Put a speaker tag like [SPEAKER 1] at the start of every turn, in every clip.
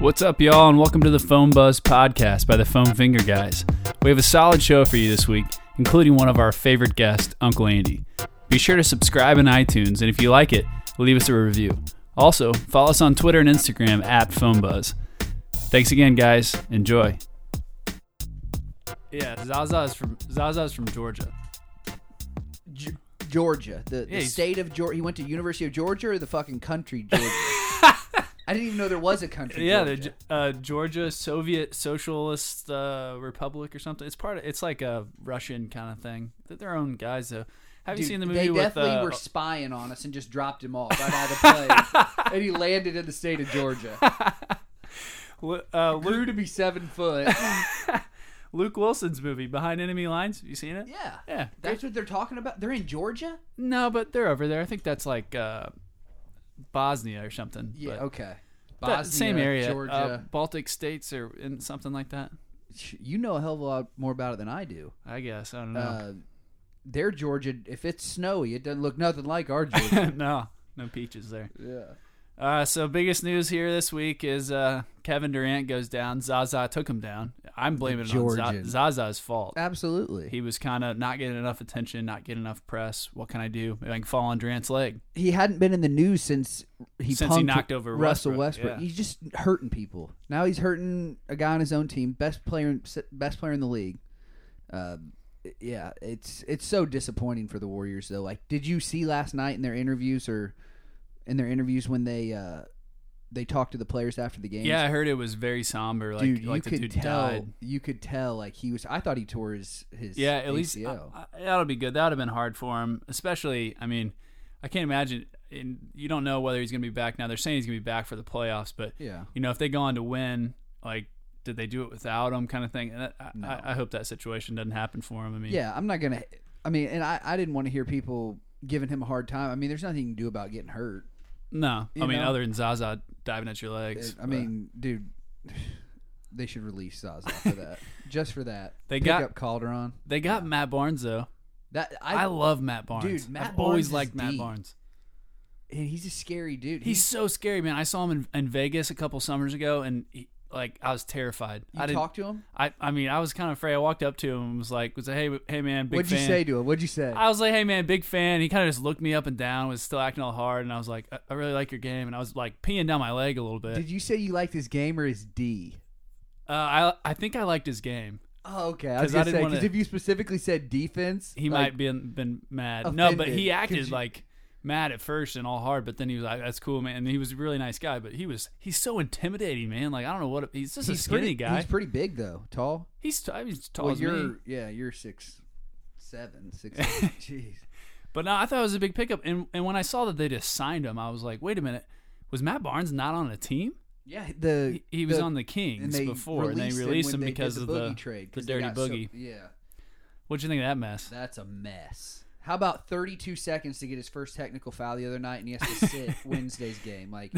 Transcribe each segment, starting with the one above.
[SPEAKER 1] What's up, y'all, and welcome to the Foam Buzz podcast by the Foam Finger Guys. We have a solid show for you this week, including one of our favorite guests, Uncle Andy. Be sure to subscribe in iTunes, and if you like it, leave us a review. Also, follow us on Twitter and Instagram at Foam Buzz. Thanks again, guys. Enjoy. Yeah, Zaza's from Zaza's from Georgia.
[SPEAKER 2] G- Georgia, the,
[SPEAKER 1] Yeah,
[SPEAKER 2] the
[SPEAKER 1] he's-
[SPEAKER 2] state of Georgia. He went to University of Georgia or the fucking country Georgia. I didn't even know there was a country.
[SPEAKER 1] Yeah,
[SPEAKER 2] Georgia.
[SPEAKER 1] the uh, Georgia Soviet Socialist uh, Republic or something. It's part of. It's like a Russian kind of thing. They're their own guys though. Have you
[SPEAKER 2] Dude,
[SPEAKER 1] seen the movie
[SPEAKER 2] They
[SPEAKER 1] with?
[SPEAKER 2] definitely
[SPEAKER 1] Uh,
[SPEAKER 2] were spying on us and just dropped him off right out of the plane, and he landed in the state of Georgia.
[SPEAKER 1] Lu- uh, Luke,
[SPEAKER 2] Grew to be seven foot.
[SPEAKER 1] Luke Wilson's movie Behind Enemy Lines. You seen it?
[SPEAKER 2] Yeah,
[SPEAKER 1] Yeah.
[SPEAKER 2] that's what they're talking about. They're in Georgia.
[SPEAKER 1] No, but they're over there. I think that's like uh, Bosnia or something.
[SPEAKER 2] Yeah.
[SPEAKER 1] but
[SPEAKER 2] okay.
[SPEAKER 1] that same
[SPEAKER 2] Bosnia,
[SPEAKER 1] area.
[SPEAKER 2] Georgia.
[SPEAKER 1] Uh, Baltic states or in something like that.
[SPEAKER 2] you know a hell of a lot more about it than I do.
[SPEAKER 1] I guess I don't know.
[SPEAKER 2] Uh, their Georgia, if it's snowy, it doesn't look nothing like our Georgia.
[SPEAKER 1] no, no peaches there.
[SPEAKER 2] yeah.
[SPEAKER 1] Uh, so biggest news here this week is uh, Kevin Durant goes down. Zaza took him down. I'm blaming it on Za-
[SPEAKER 2] Georgian.
[SPEAKER 1] Zaza's fault.
[SPEAKER 2] Absolutely.
[SPEAKER 1] He was kind of not getting enough attention, not getting enough press. What can I do? Maybe I can fall on Durant's leg.
[SPEAKER 2] he hadn't been in the news since he
[SPEAKER 1] Since he
[SPEAKER 2] punked
[SPEAKER 1] knocked over
[SPEAKER 2] Russell
[SPEAKER 1] Westbrook,
[SPEAKER 2] Westbrook.
[SPEAKER 1] yeah.
[SPEAKER 2] He's just hurting people. Now he's hurting a guy on his own team, best player, best player in the league. Um, yeah, it's it's so disappointing for the Warriors though. Like, did you see last night in their interviews or in their interviews when they uh, they talked to the players after the game?
[SPEAKER 1] Yeah, I heard it was very somber. Like,
[SPEAKER 2] dude,
[SPEAKER 1] like the
[SPEAKER 2] you could
[SPEAKER 1] dude
[SPEAKER 2] tell.
[SPEAKER 1] died.
[SPEAKER 2] You could tell. Like he was. I thought he tore his his
[SPEAKER 1] Yeah, at least uh,
[SPEAKER 2] ACL.
[SPEAKER 1] uh, that'll be good. That would have been hard for him, especially. I mean, I can't imagine. And you don't know whether he's going to be back now. They're saying he's going to be back for the playoffs, but
[SPEAKER 2] yeah.
[SPEAKER 1] you know, if they go on to win, like, did they do it without him, kind of thing? And I,
[SPEAKER 2] No.
[SPEAKER 1] I, I hope that situation doesn't happen for him. I mean,
[SPEAKER 2] Yeah, I'm not gonna. I mean, and I, I didn't want to hear people giving him a hard time. I mean, there's nothing you can do about getting hurt.
[SPEAKER 1] no, I
[SPEAKER 2] You
[SPEAKER 1] mean,
[SPEAKER 2] know?
[SPEAKER 1] other than Zaza diving at your legs.
[SPEAKER 2] I
[SPEAKER 1] but-
[SPEAKER 2] mean, dude, they should release Zaza for that. Just for that,
[SPEAKER 1] They
[SPEAKER 2] Pick
[SPEAKER 1] got-
[SPEAKER 2] up Calderon.
[SPEAKER 1] they got Matt Barnes though.
[SPEAKER 2] That
[SPEAKER 1] I,
[SPEAKER 2] I,
[SPEAKER 1] love Matt Barnes.
[SPEAKER 2] Dude, Matt
[SPEAKER 1] I've always
[SPEAKER 2] Barnes is
[SPEAKER 1] liked Matt
[SPEAKER 2] deep.
[SPEAKER 1] Barnes.
[SPEAKER 2] and he's a scary dude.
[SPEAKER 1] He's so scary, man. I saw him in, in Vegas a couple summers ago, and he, like, I was terrified. I
[SPEAKER 2] you
[SPEAKER 1] didn't.
[SPEAKER 2] talk to him.
[SPEAKER 1] I, I mean, I was kind of afraid. I walked up to him and was like, was like, hey, hey, man, big
[SPEAKER 2] What'd
[SPEAKER 1] fan.
[SPEAKER 2] you say to him? What'd you say?
[SPEAKER 1] I was like, hey, man, big fan. He kind of just looked me up and down, was still acting all hard. And I was like, I, I really like your game. And I was like peeing down my leg a little bit.
[SPEAKER 2] Did you say you liked his game or his D?
[SPEAKER 1] uh, I, I think I liked his game.
[SPEAKER 2] Oh, okay. I was
[SPEAKER 1] 'Cause I didn't
[SPEAKER 2] gonna say
[SPEAKER 1] wanna-
[SPEAKER 2] because if you specifically said defense,
[SPEAKER 1] He
[SPEAKER 2] like,
[SPEAKER 1] might be been mad. No, but
[SPEAKER 2] offended.
[SPEAKER 1] he
[SPEAKER 2] Could
[SPEAKER 1] acted
[SPEAKER 2] you-
[SPEAKER 1] like mad at first and all hard. But then he was like, that's cool, man. And he was a really nice guy. But he was, he's so intimidating, man. Like, I don't know what, he's just a
[SPEAKER 2] He's
[SPEAKER 1] skinny
[SPEAKER 2] pretty,
[SPEAKER 1] guy. Oh,
[SPEAKER 2] He's pretty big though, tall.
[SPEAKER 1] he's, t- I mean, he's tall
[SPEAKER 2] well,
[SPEAKER 1] as me.
[SPEAKER 2] you're yeah, you're six, seven, six. eight. Jeez.
[SPEAKER 1] But no, I thought it was a big pickup. And and when I saw that they just signed him, I was like, wait a minute, was Matt Barnes not on a team?
[SPEAKER 2] Yeah, the
[SPEAKER 1] He, he was on the
[SPEAKER 2] and
[SPEAKER 1] Kings
[SPEAKER 2] they
[SPEAKER 1] before, and they
[SPEAKER 2] released
[SPEAKER 1] released
[SPEAKER 2] when
[SPEAKER 1] him,
[SPEAKER 2] they did
[SPEAKER 1] because of the
[SPEAKER 2] boogie trade,
[SPEAKER 1] the
[SPEAKER 2] 'cause they
[SPEAKER 1] dirty
[SPEAKER 2] got so-
[SPEAKER 1] boogie.
[SPEAKER 2] yeah,
[SPEAKER 1] What'd you think of that mess?
[SPEAKER 2] that's a mess. How about 32 seconds to get his first technical foul the other night, and he has to sit Wednesday's game? Like,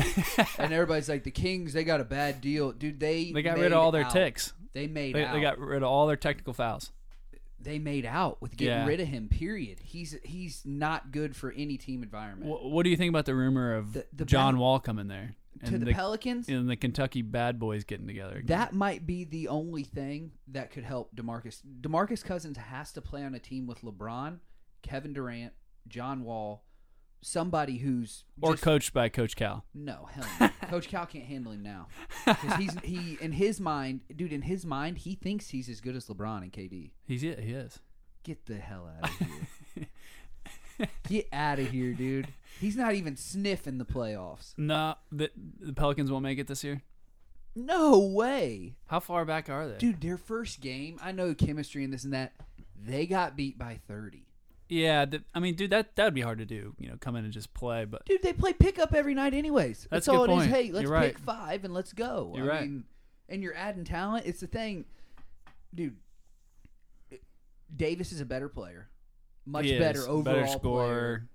[SPEAKER 2] and everybody's like, the Kings, they got a bad deal, dude. They
[SPEAKER 1] They got
[SPEAKER 2] made
[SPEAKER 1] rid of all their
[SPEAKER 2] out.
[SPEAKER 1] ticks.
[SPEAKER 2] They made
[SPEAKER 1] They,
[SPEAKER 2] out.
[SPEAKER 1] they got rid of all their technical fouls.
[SPEAKER 2] They made out with getting
[SPEAKER 1] Yeah.
[SPEAKER 2] rid of him. Period. He's he's not good for any team environment.
[SPEAKER 1] What, what do you think about the rumor of
[SPEAKER 2] The- the
[SPEAKER 1] John
[SPEAKER 2] Pel-
[SPEAKER 1] Wall coming there
[SPEAKER 2] to
[SPEAKER 1] and
[SPEAKER 2] the,
[SPEAKER 1] the,
[SPEAKER 2] Pelicans,
[SPEAKER 1] and the Kentucky Bad Boys getting together? again?
[SPEAKER 2] That might be the only thing that could help DeMarcus. DeMarcus Cousins has to play on a team with LeBron, Kevin Durant, John Wall, somebody who's
[SPEAKER 1] or
[SPEAKER 2] just-
[SPEAKER 1] coached by Coach Cal.
[SPEAKER 2] no, hell no. Coach Cal can't handle him now. 'Cause he's he in his mind, dude, in his mind, he thinks he's as good as LeBron and KD.
[SPEAKER 1] He's he is.
[SPEAKER 2] Get the hell out of here. Get out of here, dude. He's not even sniffing the playoffs.
[SPEAKER 1] No, the, the Pelicans won't make it this year.
[SPEAKER 2] No way.
[SPEAKER 1] How far back are they?
[SPEAKER 2] Dude, their first game, I know chemistry and this and that. They got beat by 30.
[SPEAKER 1] Yeah, th- I mean, dude, that that'd be hard to do. You know, come in and just play, but
[SPEAKER 2] Dude, they play pickup every night anyways.
[SPEAKER 1] That's
[SPEAKER 2] That's,
[SPEAKER 1] a good
[SPEAKER 2] all it is.
[SPEAKER 1] point.
[SPEAKER 2] Hey, let's
[SPEAKER 1] You're right.
[SPEAKER 2] pick five and let's go.
[SPEAKER 1] You're
[SPEAKER 2] I
[SPEAKER 1] right.
[SPEAKER 2] mean, and you're adding talent. It's the thing. Dude, Davis is a better player. Much
[SPEAKER 1] He
[SPEAKER 2] better
[SPEAKER 1] is.
[SPEAKER 2] overall
[SPEAKER 1] better
[SPEAKER 2] player.
[SPEAKER 1] scorer,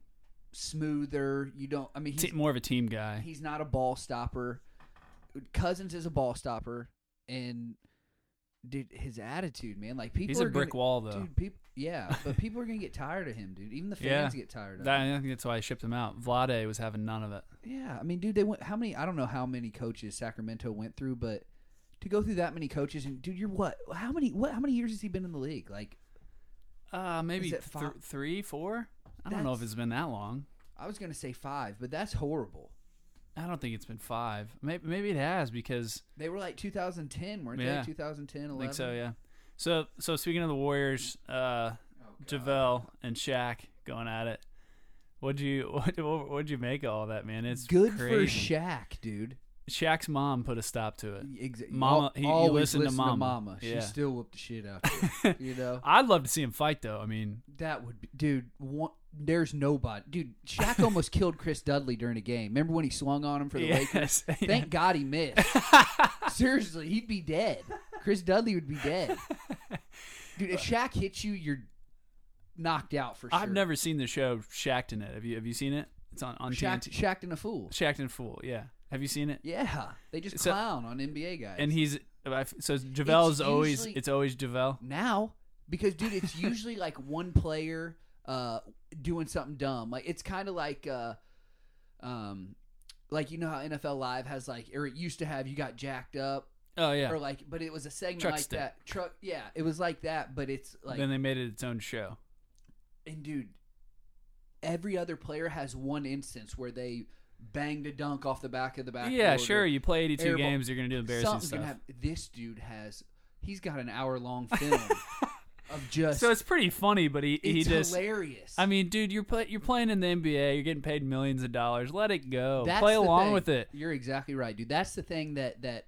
[SPEAKER 2] Smoother. You don't I mean
[SPEAKER 1] t-
[SPEAKER 2] he's,
[SPEAKER 1] more of a team guy.
[SPEAKER 2] he's not a ball stopper. Cousins is a ball stopper and dude, his attitude, man. Like people,
[SPEAKER 1] He's a
[SPEAKER 2] are
[SPEAKER 1] brick
[SPEAKER 2] gonna,
[SPEAKER 1] wall, though.
[SPEAKER 2] dude. People, yeah, but people are gonna get tired of him, dude. Even the
[SPEAKER 1] Yeah.
[SPEAKER 2] fans get tired of him.
[SPEAKER 1] That- I think that's why I shipped him out. Vlade was having none of it.
[SPEAKER 2] Yeah, I mean, dude, they went how many? I don't know how many coaches Sacramento went through, but to go through that many coaches and dude, you're what? How many? What? How many years has he been in the league? Like,
[SPEAKER 1] Uh, maybe
[SPEAKER 2] Is it
[SPEAKER 1] th-
[SPEAKER 2] fi-
[SPEAKER 1] three, four. I don't know if
[SPEAKER 2] That's-
[SPEAKER 1] it's been that long.
[SPEAKER 2] I was gonna say five, but that's horrible.
[SPEAKER 1] I don't think it's been five. Maybe, maybe it has because
[SPEAKER 2] They were like 2010, weren't
[SPEAKER 1] Yeah.
[SPEAKER 2] they? 2010, 11.
[SPEAKER 1] I think so. Yeah. So so speaking of the Warriors,
[SPEAKER 2] Oh,
[SPEAKER 1] uh, Javale and Shaq going at it. What'd you what what'd you make of all that, man? It's
[SPEAKER 2] Good
[SPEAKER 1] crazy.
[SPEAKER 2] for Shaq, dude.
[SPEAKER 1] Shaq's mom put a stop to it.
[SPEAKER 2] Exa-
[SPEAKER 1] Mama-
[SPEAKER 2] al-
[SPEAKER 1] he- he
[SPEAKER 2] always
[SPEAKER 1] listened to
[SPEAKER 2] listen
[SPEAKER 1] Mama.
[SPEAKER 2] She
[SPEAKER 1] Yeah.
[SPEAKER 2] still whooped the shit out. of you. you know
[SPEAKER 1] I'd love to see him fight though. I mean,
[SPEAKER 2] that would be, dude. One, there's nobody, dude. Shaq almost killed Chris Dudley during a game. Remember when he swung on him for the Lakers?
[SPEAKER 1] yes.
[SPEAKER 2] Thank God he missed. Seriously, he'd be dead. Chris Dudley would be dead. Dude, if Shaq hits you, you're knocked out for sure.
[SPEAKER 1] I've never seen the show Shacked in it. Have you have you seen it? It's on on
[SPEAKER 2] Shaq,
[SPEAKER 1] TNT.
[SPEAKER 2] Shaqed in a fool.
[SPEAKER 1] Shacked and Fool. Yeah. Have you seen it?
[SPEAKER 2] Yeah, they just
[SPEAKER 1] So-
[SPEAKER 2] clown on NBA guys.
[SPEAKER 1] And he's so Javel's
[SPEAKER 2] It's
[SPEAKER 1] always
[SPEAKER 2] usually-
[SPEAKER 1] it's always Javel.
[SPEAKER 2] now because dude it's usually like one player uh doing something dumb like it's kind of like uh um like you know how NFL Live has like or it used to have you got jacked up
[SPEAKER 1] Oh yeah.
[SPEAKER 2] or like but it was a segment
[SPEAKER 1] Truck
[SPEAKER 2] like
[SPEAKER 1] stick.
[SPEAKER 2] that truck yeah it was like that but it's like
[SPEAKER 1] then they made it its own show.
[SPEAKER 2] and dude every other player has one instance where they banged a dunk off the back of the back
[SPEAKER 1] Yeah, sure. You play 82
[SPEAKER 2] Airball.
[SPEAKER 1] games, you're going to do embarrassing
[SPEAKER 2] something's
[SPEAKER 1] stuff.
[SPEAKER 2] gonna happen this dude has he's got an hour long film of just
[SPEAKER 1] so it's pretty funny, but he, he
[SPEAKER 2] it's
[SPEAKER 1] just.
[SPEAKER 2] hilarious
[SPEAKER 1] I mean, dude, you're play, you're playing in the NBA. You're getting paid millions of dollars. Let it go.
[SPEAKER 2] That's
[SPEAKER 1] play
[SPEAKER 2] the
[SPEAKER 1] along
[SPEAKER 2] thing.
[SPEAKER 1] with it.
[SPEAKER 2] You're exactly right, dude. That's the thing that that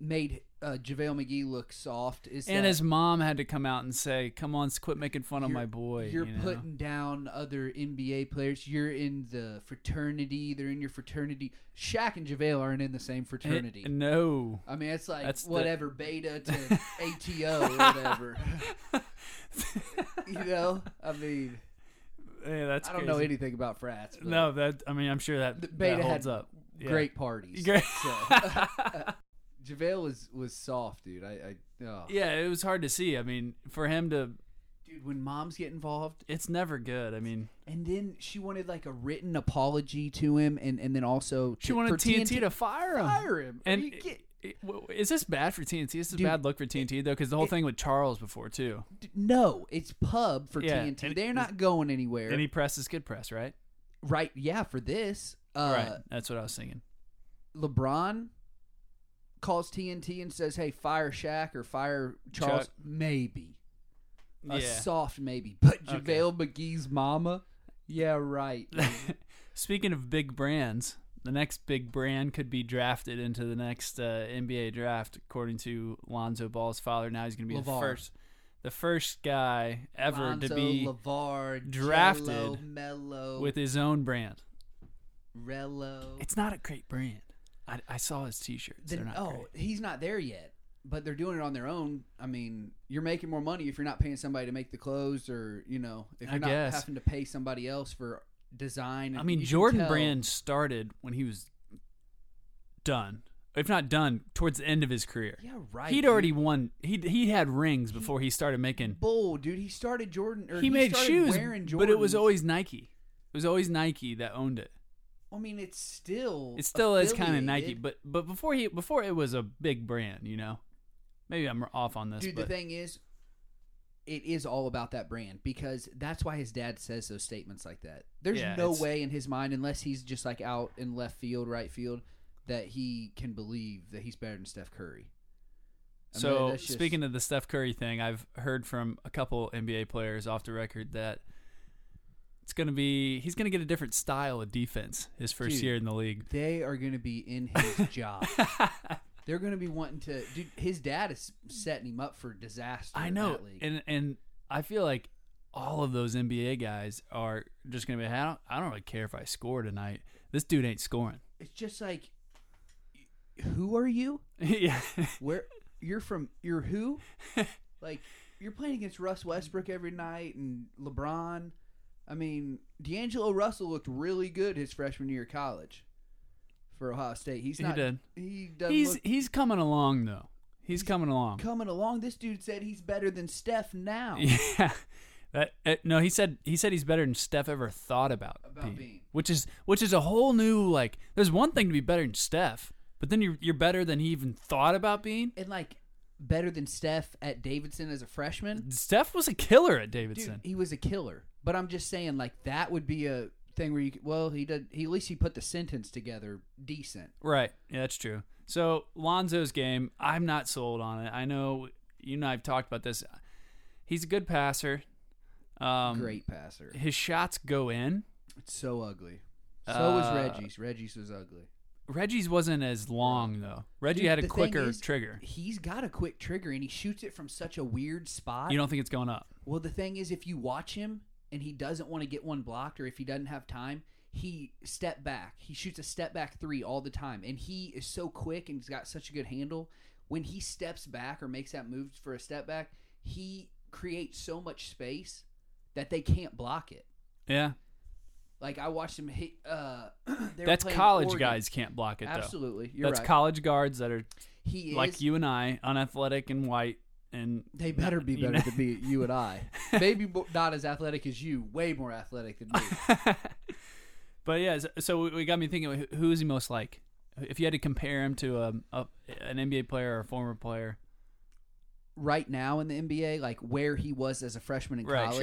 [SPEAKER 2] made uh, JaVale McGee look soft. Is
[SPEAKER 1] And
[SPEAKER 2] that
[SPEAKER 1] his mom had to come out and say, "Come on, quit making fun of
[SPEAKER 2] you're-
[SPEAKER 1] my boy."
[SPEAKER 2] You're
[SPEAKER 1] you know?
[SPEAKER 2] putting down other NBA players. You're in the fraternity. They're in your fraternity. Shaq and JaVale aren't in the same fraternity.
[SPEAKER 1] Eh, no,
[SPEAKER 2] I mean, it's like
[SPEAKER 1] That's the-
[SPEAKER 2] whatever beta to ATO or whatever. you know, I mean,
[SPEAKER 1] Eh, that's
[SPEAKER 2] I don't
[SPEAKER 1] crazy.
[SPEAKER 2] know anything about frats. But
[SPEAKER 1] No, that I mean, I'm sure that,
[SPEAKER 2] The
[SPEAKER 1] that
[SPEAKER 2] beta
[SPEAKER 1] holds
[SPEAKER 2] had
[SPEAKER 1] up. Yeah.
[SPEAKER 2] great parties.
[SPEAKER 1] Great-
[SPEAKER 2] So. JaVale was was soft, dude. I, I oh.
[SPEAKER 1] Yeah, it was hard to see. I mean, for him to,
[SPEAKER 2] dude, when moms get involved,
[SPEAKER 1] it's never good. I mean,
[SPEAKER 2] and then she wanted like a written apology to him, and and then also
[SPEAKER 1] she wanted
[SPEAKER 2] for
[SPEAKER 1] TNT, to fire him.
[SPEAKER 2] fire him.
[SPEAKER 1] And
[SPEAKER 2] Are you kid-
[SPEAKER 1] it- it- is this bad for TNT? Is this
[SPEAKER 2] Dude,
[SPEAKER 1] a bad look for TNT though? Because the whole
[SPEAKER 2] it-
[SPEAKER 1] thing with Charles before too,
[SPEAKER 2] d- no, it's pub for
[SPEAKER 1] Yeah,
[SPEAKER 2] TNT.
[SPEAKER 1] and-
[SPEAKER 2] They're not going anywhere,
[SPEAKER 1] any press is good press, right?
[SPEAKER 2] right? Yeah, for this,
[SPEAKER 1] right.
[SPEAKER 2] uh,
[SPEAKER 1] That's what I was thinking.
[SPEAKER 2] LeBron calls TNT and says, "Hey, fire Shaq or fire Charles."
[SPEAKER 1] Chuck.
[SPEAKER 2] Maybe a
[SPEAKER 1] yeah.
[SPEAKER 2] soft maybe, but JaVale McGee's mama. Yeah, right.
[SPEAKER 1] Speaking of big brands, the next big brand could be drafted into the next uh, NBA draft, according to Lonzo Ball's father. Now he's going to be
[SPEAKER 2] LeVar.
[SPEAKER 1] the first, the first guy ever to
[SPEAKER 2] Lonzo,
[SPEAKER 1] be
[SPEAKER 2] LeVar,
[SPEAKER 1] drafted
[SPEAKER 2] Jello, Mello,
[SPEAKER 1] with his own brand.
[SPEAKER 2] Rello.
[SPEAKER 1] It's not a great brand. I, I saw his T-shirts.
[SPEAKER 2] Then-
[SPEAKER 1] They're not
[SPEAKER 2] oh,
[SPEAKER 1] great.
[SPEAKER 2] he's not there yet, but they're doing it on their own. I mean, you're making more money if you're not paying somebody to make the clothes, or you know, if
[SPEAKER 1] I
[SPEAKER 2] you're not
[SPEAKER 1] guess.
[SPEAKER 2] having to pay somebody else for design.
[SPEAKER 1] I
[SPEAKER 2] and
[SPEAKER 1] mean,
[SPEAKER 2] you can
[SPEAKER 1] Jordan
[SPEAKER 2] tell-
[SPEAKER 1] Brand started when he was done, if not done, towards the end of his career.
[SPEAKER 2] Yeah, right.
[SPEAKER 1] He'd
[SPEAKER 2] dude.
[SPEAKER 1] already won. He he had rings before he started making.
[SPEAKER 2] bull, dude. He started Jordan. Or
[SPEAKER 1] He made
[SPEAKER 2] started
[SPEAKER 1] shoes,
[SPEAKER 2] wearing
[SPEAKER 1] but it was
[SPEAKER 2] Jordans.
[SPEAKER 1] always Nike. It was always Nike that owned it.
[SPEAKER 2] I mean, it's still.
[SPEAKER 1] It still is kind of Nike,
[SPEAKER 2] affiliated.
[SPEAKER 1] but but before he before it was a big brand, you know. Maybe I'm off on this,
[SPEAKER 2] Dude,
[SPEAKER 1] but
[SPEAKER 2] the thing is, it is all about that brand because that's why his dad says those statements like that. There's
[SPEAKER 1] Yeah,
[SPEAKER 2] no
[SPEAKER 1] it's-
[SPEAKER 2] way in his mind, unless he's just like out in left field, right field, that he can believe that he's better than Steph Curry. I mean,
[SPEAKER 1] So
[SPEAKER 2] that's just-
[SPEAKER 1] speaking of the Steph Curry thing, I've heard from a couple NBA players off the record that it's going to be he's going to get a different style of defense his first
[SPEAKER 2] Dude.
[SPEAKER 1] year in the league.
[SPEAKER 2] they are going to be in his job. They're going to be wanting to. Dude, his dad is setting him up for disaster.
[SPEAKER 1] I
[SPEAKER 2] in
[SPEAKER 1] know,
[SPEAKER 2] that league.
[SPEAKER 1] and and I feel like all of those NBA guys are just going to be. I don't, I don't really care if I score tonight. This dude ain't scoring.
[SPEAKER 2] it's just like, who are you?
[SPEAKER 1] yeah,
[SPEAKER 2] where you're from you're who like you're playing against russ westbrook every night and lebron i mean d'angelo russell looked really good his freshman year of college for ohio state he's
[SPEAKER 1] He
[SPEAKER 2] not
[SPEAKER 1] did.
[SPEAKER 2] he doesn't
[SPEAKER 1] he's
[SPEAKER 2] look,
[SPEAKER 1] he's coming along though. He's coming along.
[SPEAKER 2] Coming along, this dude said he's better than Steph now.
[SPEAKER 1] Yeah. That, uh, no, he said he said he's better than Steph ever thought about,
[SPEAKER 2] About being.
[SPEAKER 1] which is which is a whole new like. There's one thing to be better than Steph, but then you're you're better than he even thought about being.
[SPEAKER 2] And like better than Steph at Davidson as a freshman.
[SPEAKER 1] Steph was a killer at
[SPEAKER 2] Dude,
[SPEAKER 1] Davidson.
[SPEAKER 2] he was a killer. But I'm just saying like that would be a thing where you could- well, he did he at least he put the sentence together decent.
[SPEAKER 1] Right. Yeah, that's true. So Lonzo's game, I'm not sold on it. I know you and I have talked about this. He's a good passer. Um,
[SPEAKER 2] Great passer.
[SPEAKER 1] His shots go in.
[SPEAKER 2] It's so ugly. So
[SPEAKER 1] Uh,
[SPEAKER 2] was Reggie's. Reggie's was uggie
[SPEAKER 1] Reggie's wasn't as long though. Reggie had a quicker trigger.
[SPEAKER 2] He's got a quick trigger and he shoots it from such a weird spot.
[SPEAKER 1] You don't think it's going up?
[SPEAKER 2] Well, the thing is, if you watch him and he doesn't want to get one blocked or if he doesn't have time, he step back. He shoots a step back three all the time, and he is so quick and he's got such a good handle. When he steps back or makes that move for a step back, he creates so much space that they can't block it.
[SPEAKER 1] Yeah.
[SPEAKER 2] Like I watched him hit. Uh, they were
[SPEAKER 1] That's
[SPEAKER 2] playing
[SPEAKER 1] college
[SPEAKER 2] Oregon.
[SPEAKER 1] guys can't block it though.
[SPEAKER 2] Absolutely, you're
[SPEAKER 1] That's
[SPEAKER 2] right.
[SPEAKER 1] college guards that are
[SPEAKER 2] he is
[SPEAKER 1] like you and I, unathletic and white, and
[SPEAKER 2] They better be
[SPEAKER 1] You
[SPEAKER 2] better
[SPEAKER 1] know?
[SPEAKER 2] to be you and I. Maybe mo- not as athletic as you, way more athletic than me.
[SPEAKER 1] but yeah. So, so it got me thinking: who is he most like? If you had to compare him to a, a an NBA player or a former player,
[SPEAKER 2] right now in the NBA, like where he was as a freshman in
[SPEAKER 1] Right,
[SPEAKER 2] college,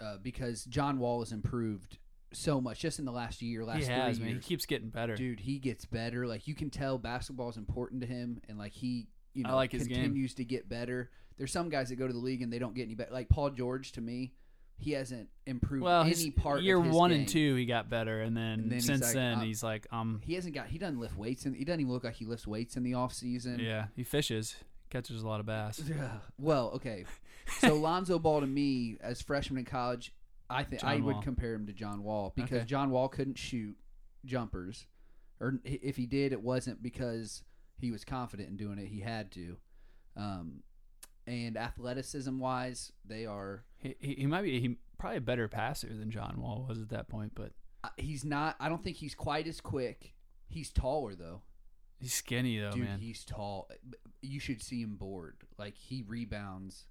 [SPEAKER 1] sure.
[SPEAKER 2] uh, because John Wall has improved so much just in the last year, last
[SPEAKER 1] he has
[SPEAKER 2] three
[SPEAKER 1] man. He
[SPEAKER 2] years.
[SPEAKER 1] keeps getting better.
[SPEAKER 2] Dude, he gets better. Like you can tell, basketball is important to him, and like he, you
[SPEAKER 1] I
[SPEAKER 2] know,
[SPEAKER 1] like his game.
[SPEAKER 2] continues to get better. There's some guys that go to the league and they don't get any better. Like Paul George, to me, he hasn't improved
[SPEAKER 1] well, his
[SPEAKER 2] any part.
[SPEAKER 1] year
[SPEAKER 2] of his
[SPEAKER 1] one
[SPEAKER 2] game.
[SPEAKER 1] and two, he got better, and then,
[SPEAKER 2] then he's
[SPEAKER 1] since
[SPEAKER 2] like, uh,
[SPEAKER 1] then,
[SPEAKER 2] I'm-
[SPEAKER 1] he's like, um,
[SPEAKER 2] He hasn't got. He doesn't lift weights, and he doesn't even look like he lifts weights in the off season.
[SPEAKER 1] yeah, he fishes, catches a lot of bass.
[SPEAKER 2] Yeah. Well, okay. So Lonzo Ball to me as freshman in college, I think I
[SPEAKER 1] John
[SPEAKER 2] would
[SPEAKER 1] Wall.
[SPEAKER 2] compare him to John Wall because
[SPEAKER 1] Okay.
[SPEAKER 2] John Wall couldn't shoot jumpers, or i- if he did, it wasn't because he was confident in doing it. He had to. Um, and athleticism wise, they are.
[SPEAKER 1] He, he, he might be he probably a better passer than John Wall was at that point, but
[SPEAKER 2] uh, He's not. I don't think he's quite as quick. He's taller though.
[SPEAKER 1] he's skinny though,
[SPEAKER 2] Dude,
[SPEAKER 1] Oh, man.
[SPEAKER 2] he's tall. You should see him bored. Like he rebounds.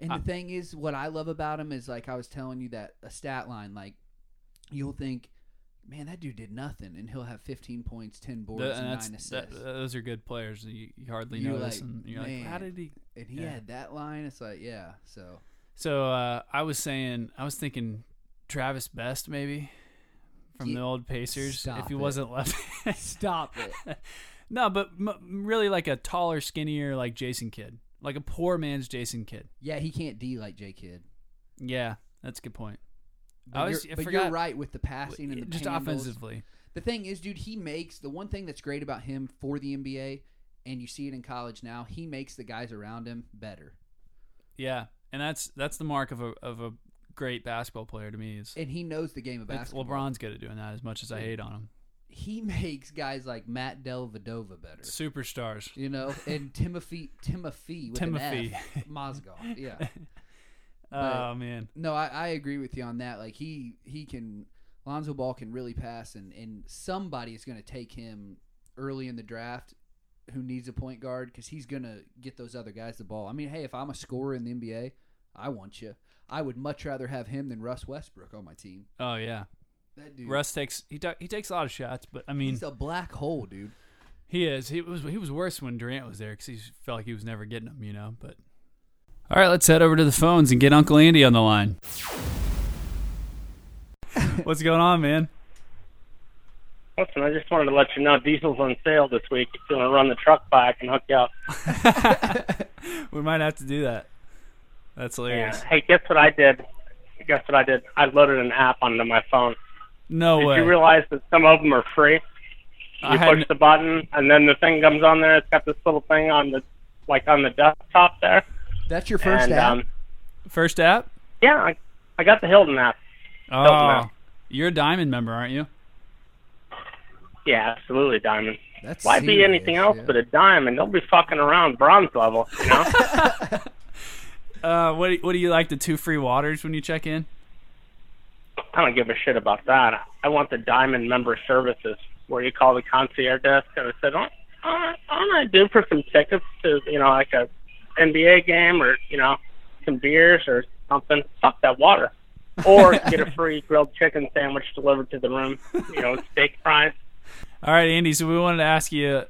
[SPEAKER 2] And the
[SPEAKER 1] I-
[SPEAKER 2] thing is, what I love about him is like I was telling you that a stat line. Like you'll think, man, that dude did nothing, and he'll have 15 points, 10 boards,
[SPEAKER 1] Th-
[SPEAKER 2] and,
[SPEAKER 1] and that's-
[SPEAKER 2] nine
[SPEAKER 1] that- uh,
[SPEAKER 2] assists.
[SPEAKER 1] those are good players. and You, you hardly
[SPEAKER 2] You're
[SPEAKER 1] notice,
[SPEAKER 2] like,
[SPEAKER 1] and you're like,
[SPEAKER 2] "Man."
[SPEAKER 1] how did he?
[SPEAKER 2] and he
[SPEAKER 1] yeah.
[SPEAKER 2] had that line. It's like, yeah. So
[SPEAKER 1] So uh, I was saying, I was thinking Travis Best maybe from
[SPEAKER 2] Ye-
[SPEAKER 1] the old Pacers if
[SPEAKER 2] Stop
[SPEAKER 1] he
[SPEAKER 2] it.
[SPEAKER 1] wasn't left.
[SPEAKER 2] stop it.
[SPEAKER 1] no, but m- really like a taller, skinnier like Jason Kidd, like a poor man's Jason Kidd.
[SPEAKER 2] Yeah, he can't D like J Kidd.
[SPEAKER 1] Yeah, that's a good point.
[SPEAKER 2] But,
[SPEAKER 1] I always-
[SPEAKER 2] you're,
[SPEAKER 1] I
[SPEAKER 2] but
[SPEAKER 1] forgot-
[SPEAKER 2] you're right with the passing and the
[SPEAKER 1] Just
[SPEAKER 2] handles.
[SPEAKER 1] offensively,
[SPEAKER 2] The thing is, dude, he makes the one thing that's great about him for the NBA, and you see it in college now. He makes the guys around him better,
[SPEAKER 1] yeah, and that's that's the mark of a of a great basketball player to me. Is
[SPEAKER 2] and he knows the game of
[SPEAKER 1] it's-
[SPEAKER 2] basketball.
[SPEAKER 1] LeBron's good at doing that as much as I hate on him.
[SPEAKER 2] He makes guys like Matt Delvedova better,
[SPEAKER 1] Superstars.
[SPEAKER 2] you know, and Timothy Timothy with
[SPEAKER 1] Timothy.
[SPEAKER 2] an F, Mozgov. Yeah,
[SPEAKER 1] Oh man,
[SPEAKER 2] no, I, I agree with you on that. Like he he can Lonzo Ball can really pass, and and somebody is going to take him early in the draft. Who needs a point guard? Because he's going to get those other guys the ball. I mean, hey, if I'm a scorer in the NBA, I want you. I would much rather have him than Russ Westbrook on my team.
[SPEAKER 1] oh yeah.
[SPEAKER 2] That dude,
[SPEAKER 1] Russ takes he ta- he takes a lot of shots, but I mean
[SPEAKER 2] he's a black hole, dude.
[SPEAKER 1] He is. He was. He was worse when Durant was there because he felt like he was never getting them. You know. But all right, let's head over to the phones and get Uncle Andy on the line. What's going on, man?
[SPEAKER 3] Listen, I just wanted to let you know diesel's on sale this week. If you want to run the truck by, I can hook you up.
[SPEAKER 1] We might have to do that. That's hilarious.
[SPEAKER 3] Yeah. Hey, guess what I did? Guess what I did? I loaded an app onto my phone.
[SPEAKER 1] No
[SPEAKER 3] Did
[SPEAKER 1] way.
[SPEAKER 3] you realize that some of them are free?
[SPEAKER 1] I
[SPEAKER 3] You
[SPEAKER 1] had
[SPEAKER 3] push the button, and then the thing comes on there. It's got this little thing on the, like on the desktop there.
[SPEAKER 2] That's your first
[SPEAKER 3] and
[SPEAKER 2] app.
[SPEAKER 3] um,
[SPEAKER 1] first app.
[SPEAKER 3] yeah, I, I got the Hilton app.
[SPEAKER 1] Oh,
[SPEAKER 3] no.
[SPEAKER 1] you're a diamond member, aren't you?
[SPEAKER 3] Yeah, absolutely, diamond.
[SPEAKER 2] That's
[SPEAKER 3] Why be
[SPEAKER 2] serious,
[SPEAKER 3] anything else
[SPEAKER 2] yeah.
[SPEAKER 3] but a diamond? Don't be fucking around bronze level, you know?
[SPEAKER 1] Uh, what do, What do you like? The two free waters when you check in?
[SPEAKER 3] I don't give a shit about that. I want the diamond member services where you call the concierge desk and they said, oh, I, I might do for some tickets to you know like a NBA game or you know some beers or something. Fuck that water. Or get a free grilled chicken sandwich delivered to the room. You know, steak fries.
[SPEAKER 1] All right, Andy. So we wanted to ask you.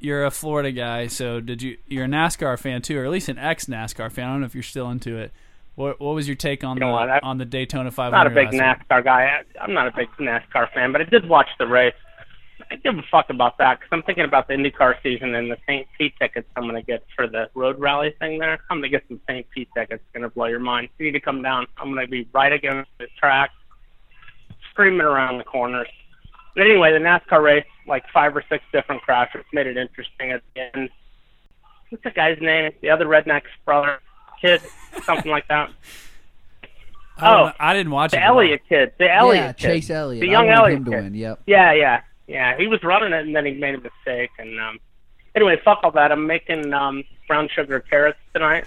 [SPEAKER 1] You're a Florida guy, so did you? You're a NASCAR fan too, or at least an ex NASCAR fan. I don't know if you're still into it. What What was your take on
[SPEAKER 3] You know
[SPEAKER 1] the
[SPEAKER 3] what, I-
[SPEAKER 1] on the Daytona 500?
[SPEAKER 3] not a
[SPEAKER 1] last
[SPEAKER 3] big
[SPEAKER 1] night?
[SPEAKER 3] NASCAR guy. I, I'm not a big NASCAR fan, but I did watch the race. I give a fuck about that because I'm thinking about the IndyCar season and the St. Pete tickets I'm gonna get for the road rally thing there. I'm gonna get some St. Pete tickets. It's gonna blow your mind. You need to come down. I'm gonna be right against the track, screaming around the corners. But anyway, the NASCAR race, like five or six different crashes, made it interesting at the end. What's the guy's name? The other redneck's brother, kid, something like that.
[SPEAKER 1] I don't
[SPEAKER 3] Oh,
[SPEAKER 1] know. I didn't watch it.
[SPEAKER 3] The
[SPEAKER 1] at all.
[SPEAKER 3] Elliott kid. The Elliott
[SPEAKER 2] yeah,
[SPEAKER 3] kid.
[SPEAKER 2] Chase Elliott.
[SPEAKER 3] The young
[SPEAKER 2] I wanted
[SPEAKER 3] Elliott
[SPEAKER 2] him to
[SPEAKER 3] kid.
[SPEAKER 2] win. Yep.
[SPEAKER 3] Yeah, yeah, yeah. He was running it, and then he made a mistake. And um, anyway, fuck all that. I'm making um, brown sugar carrots tonight,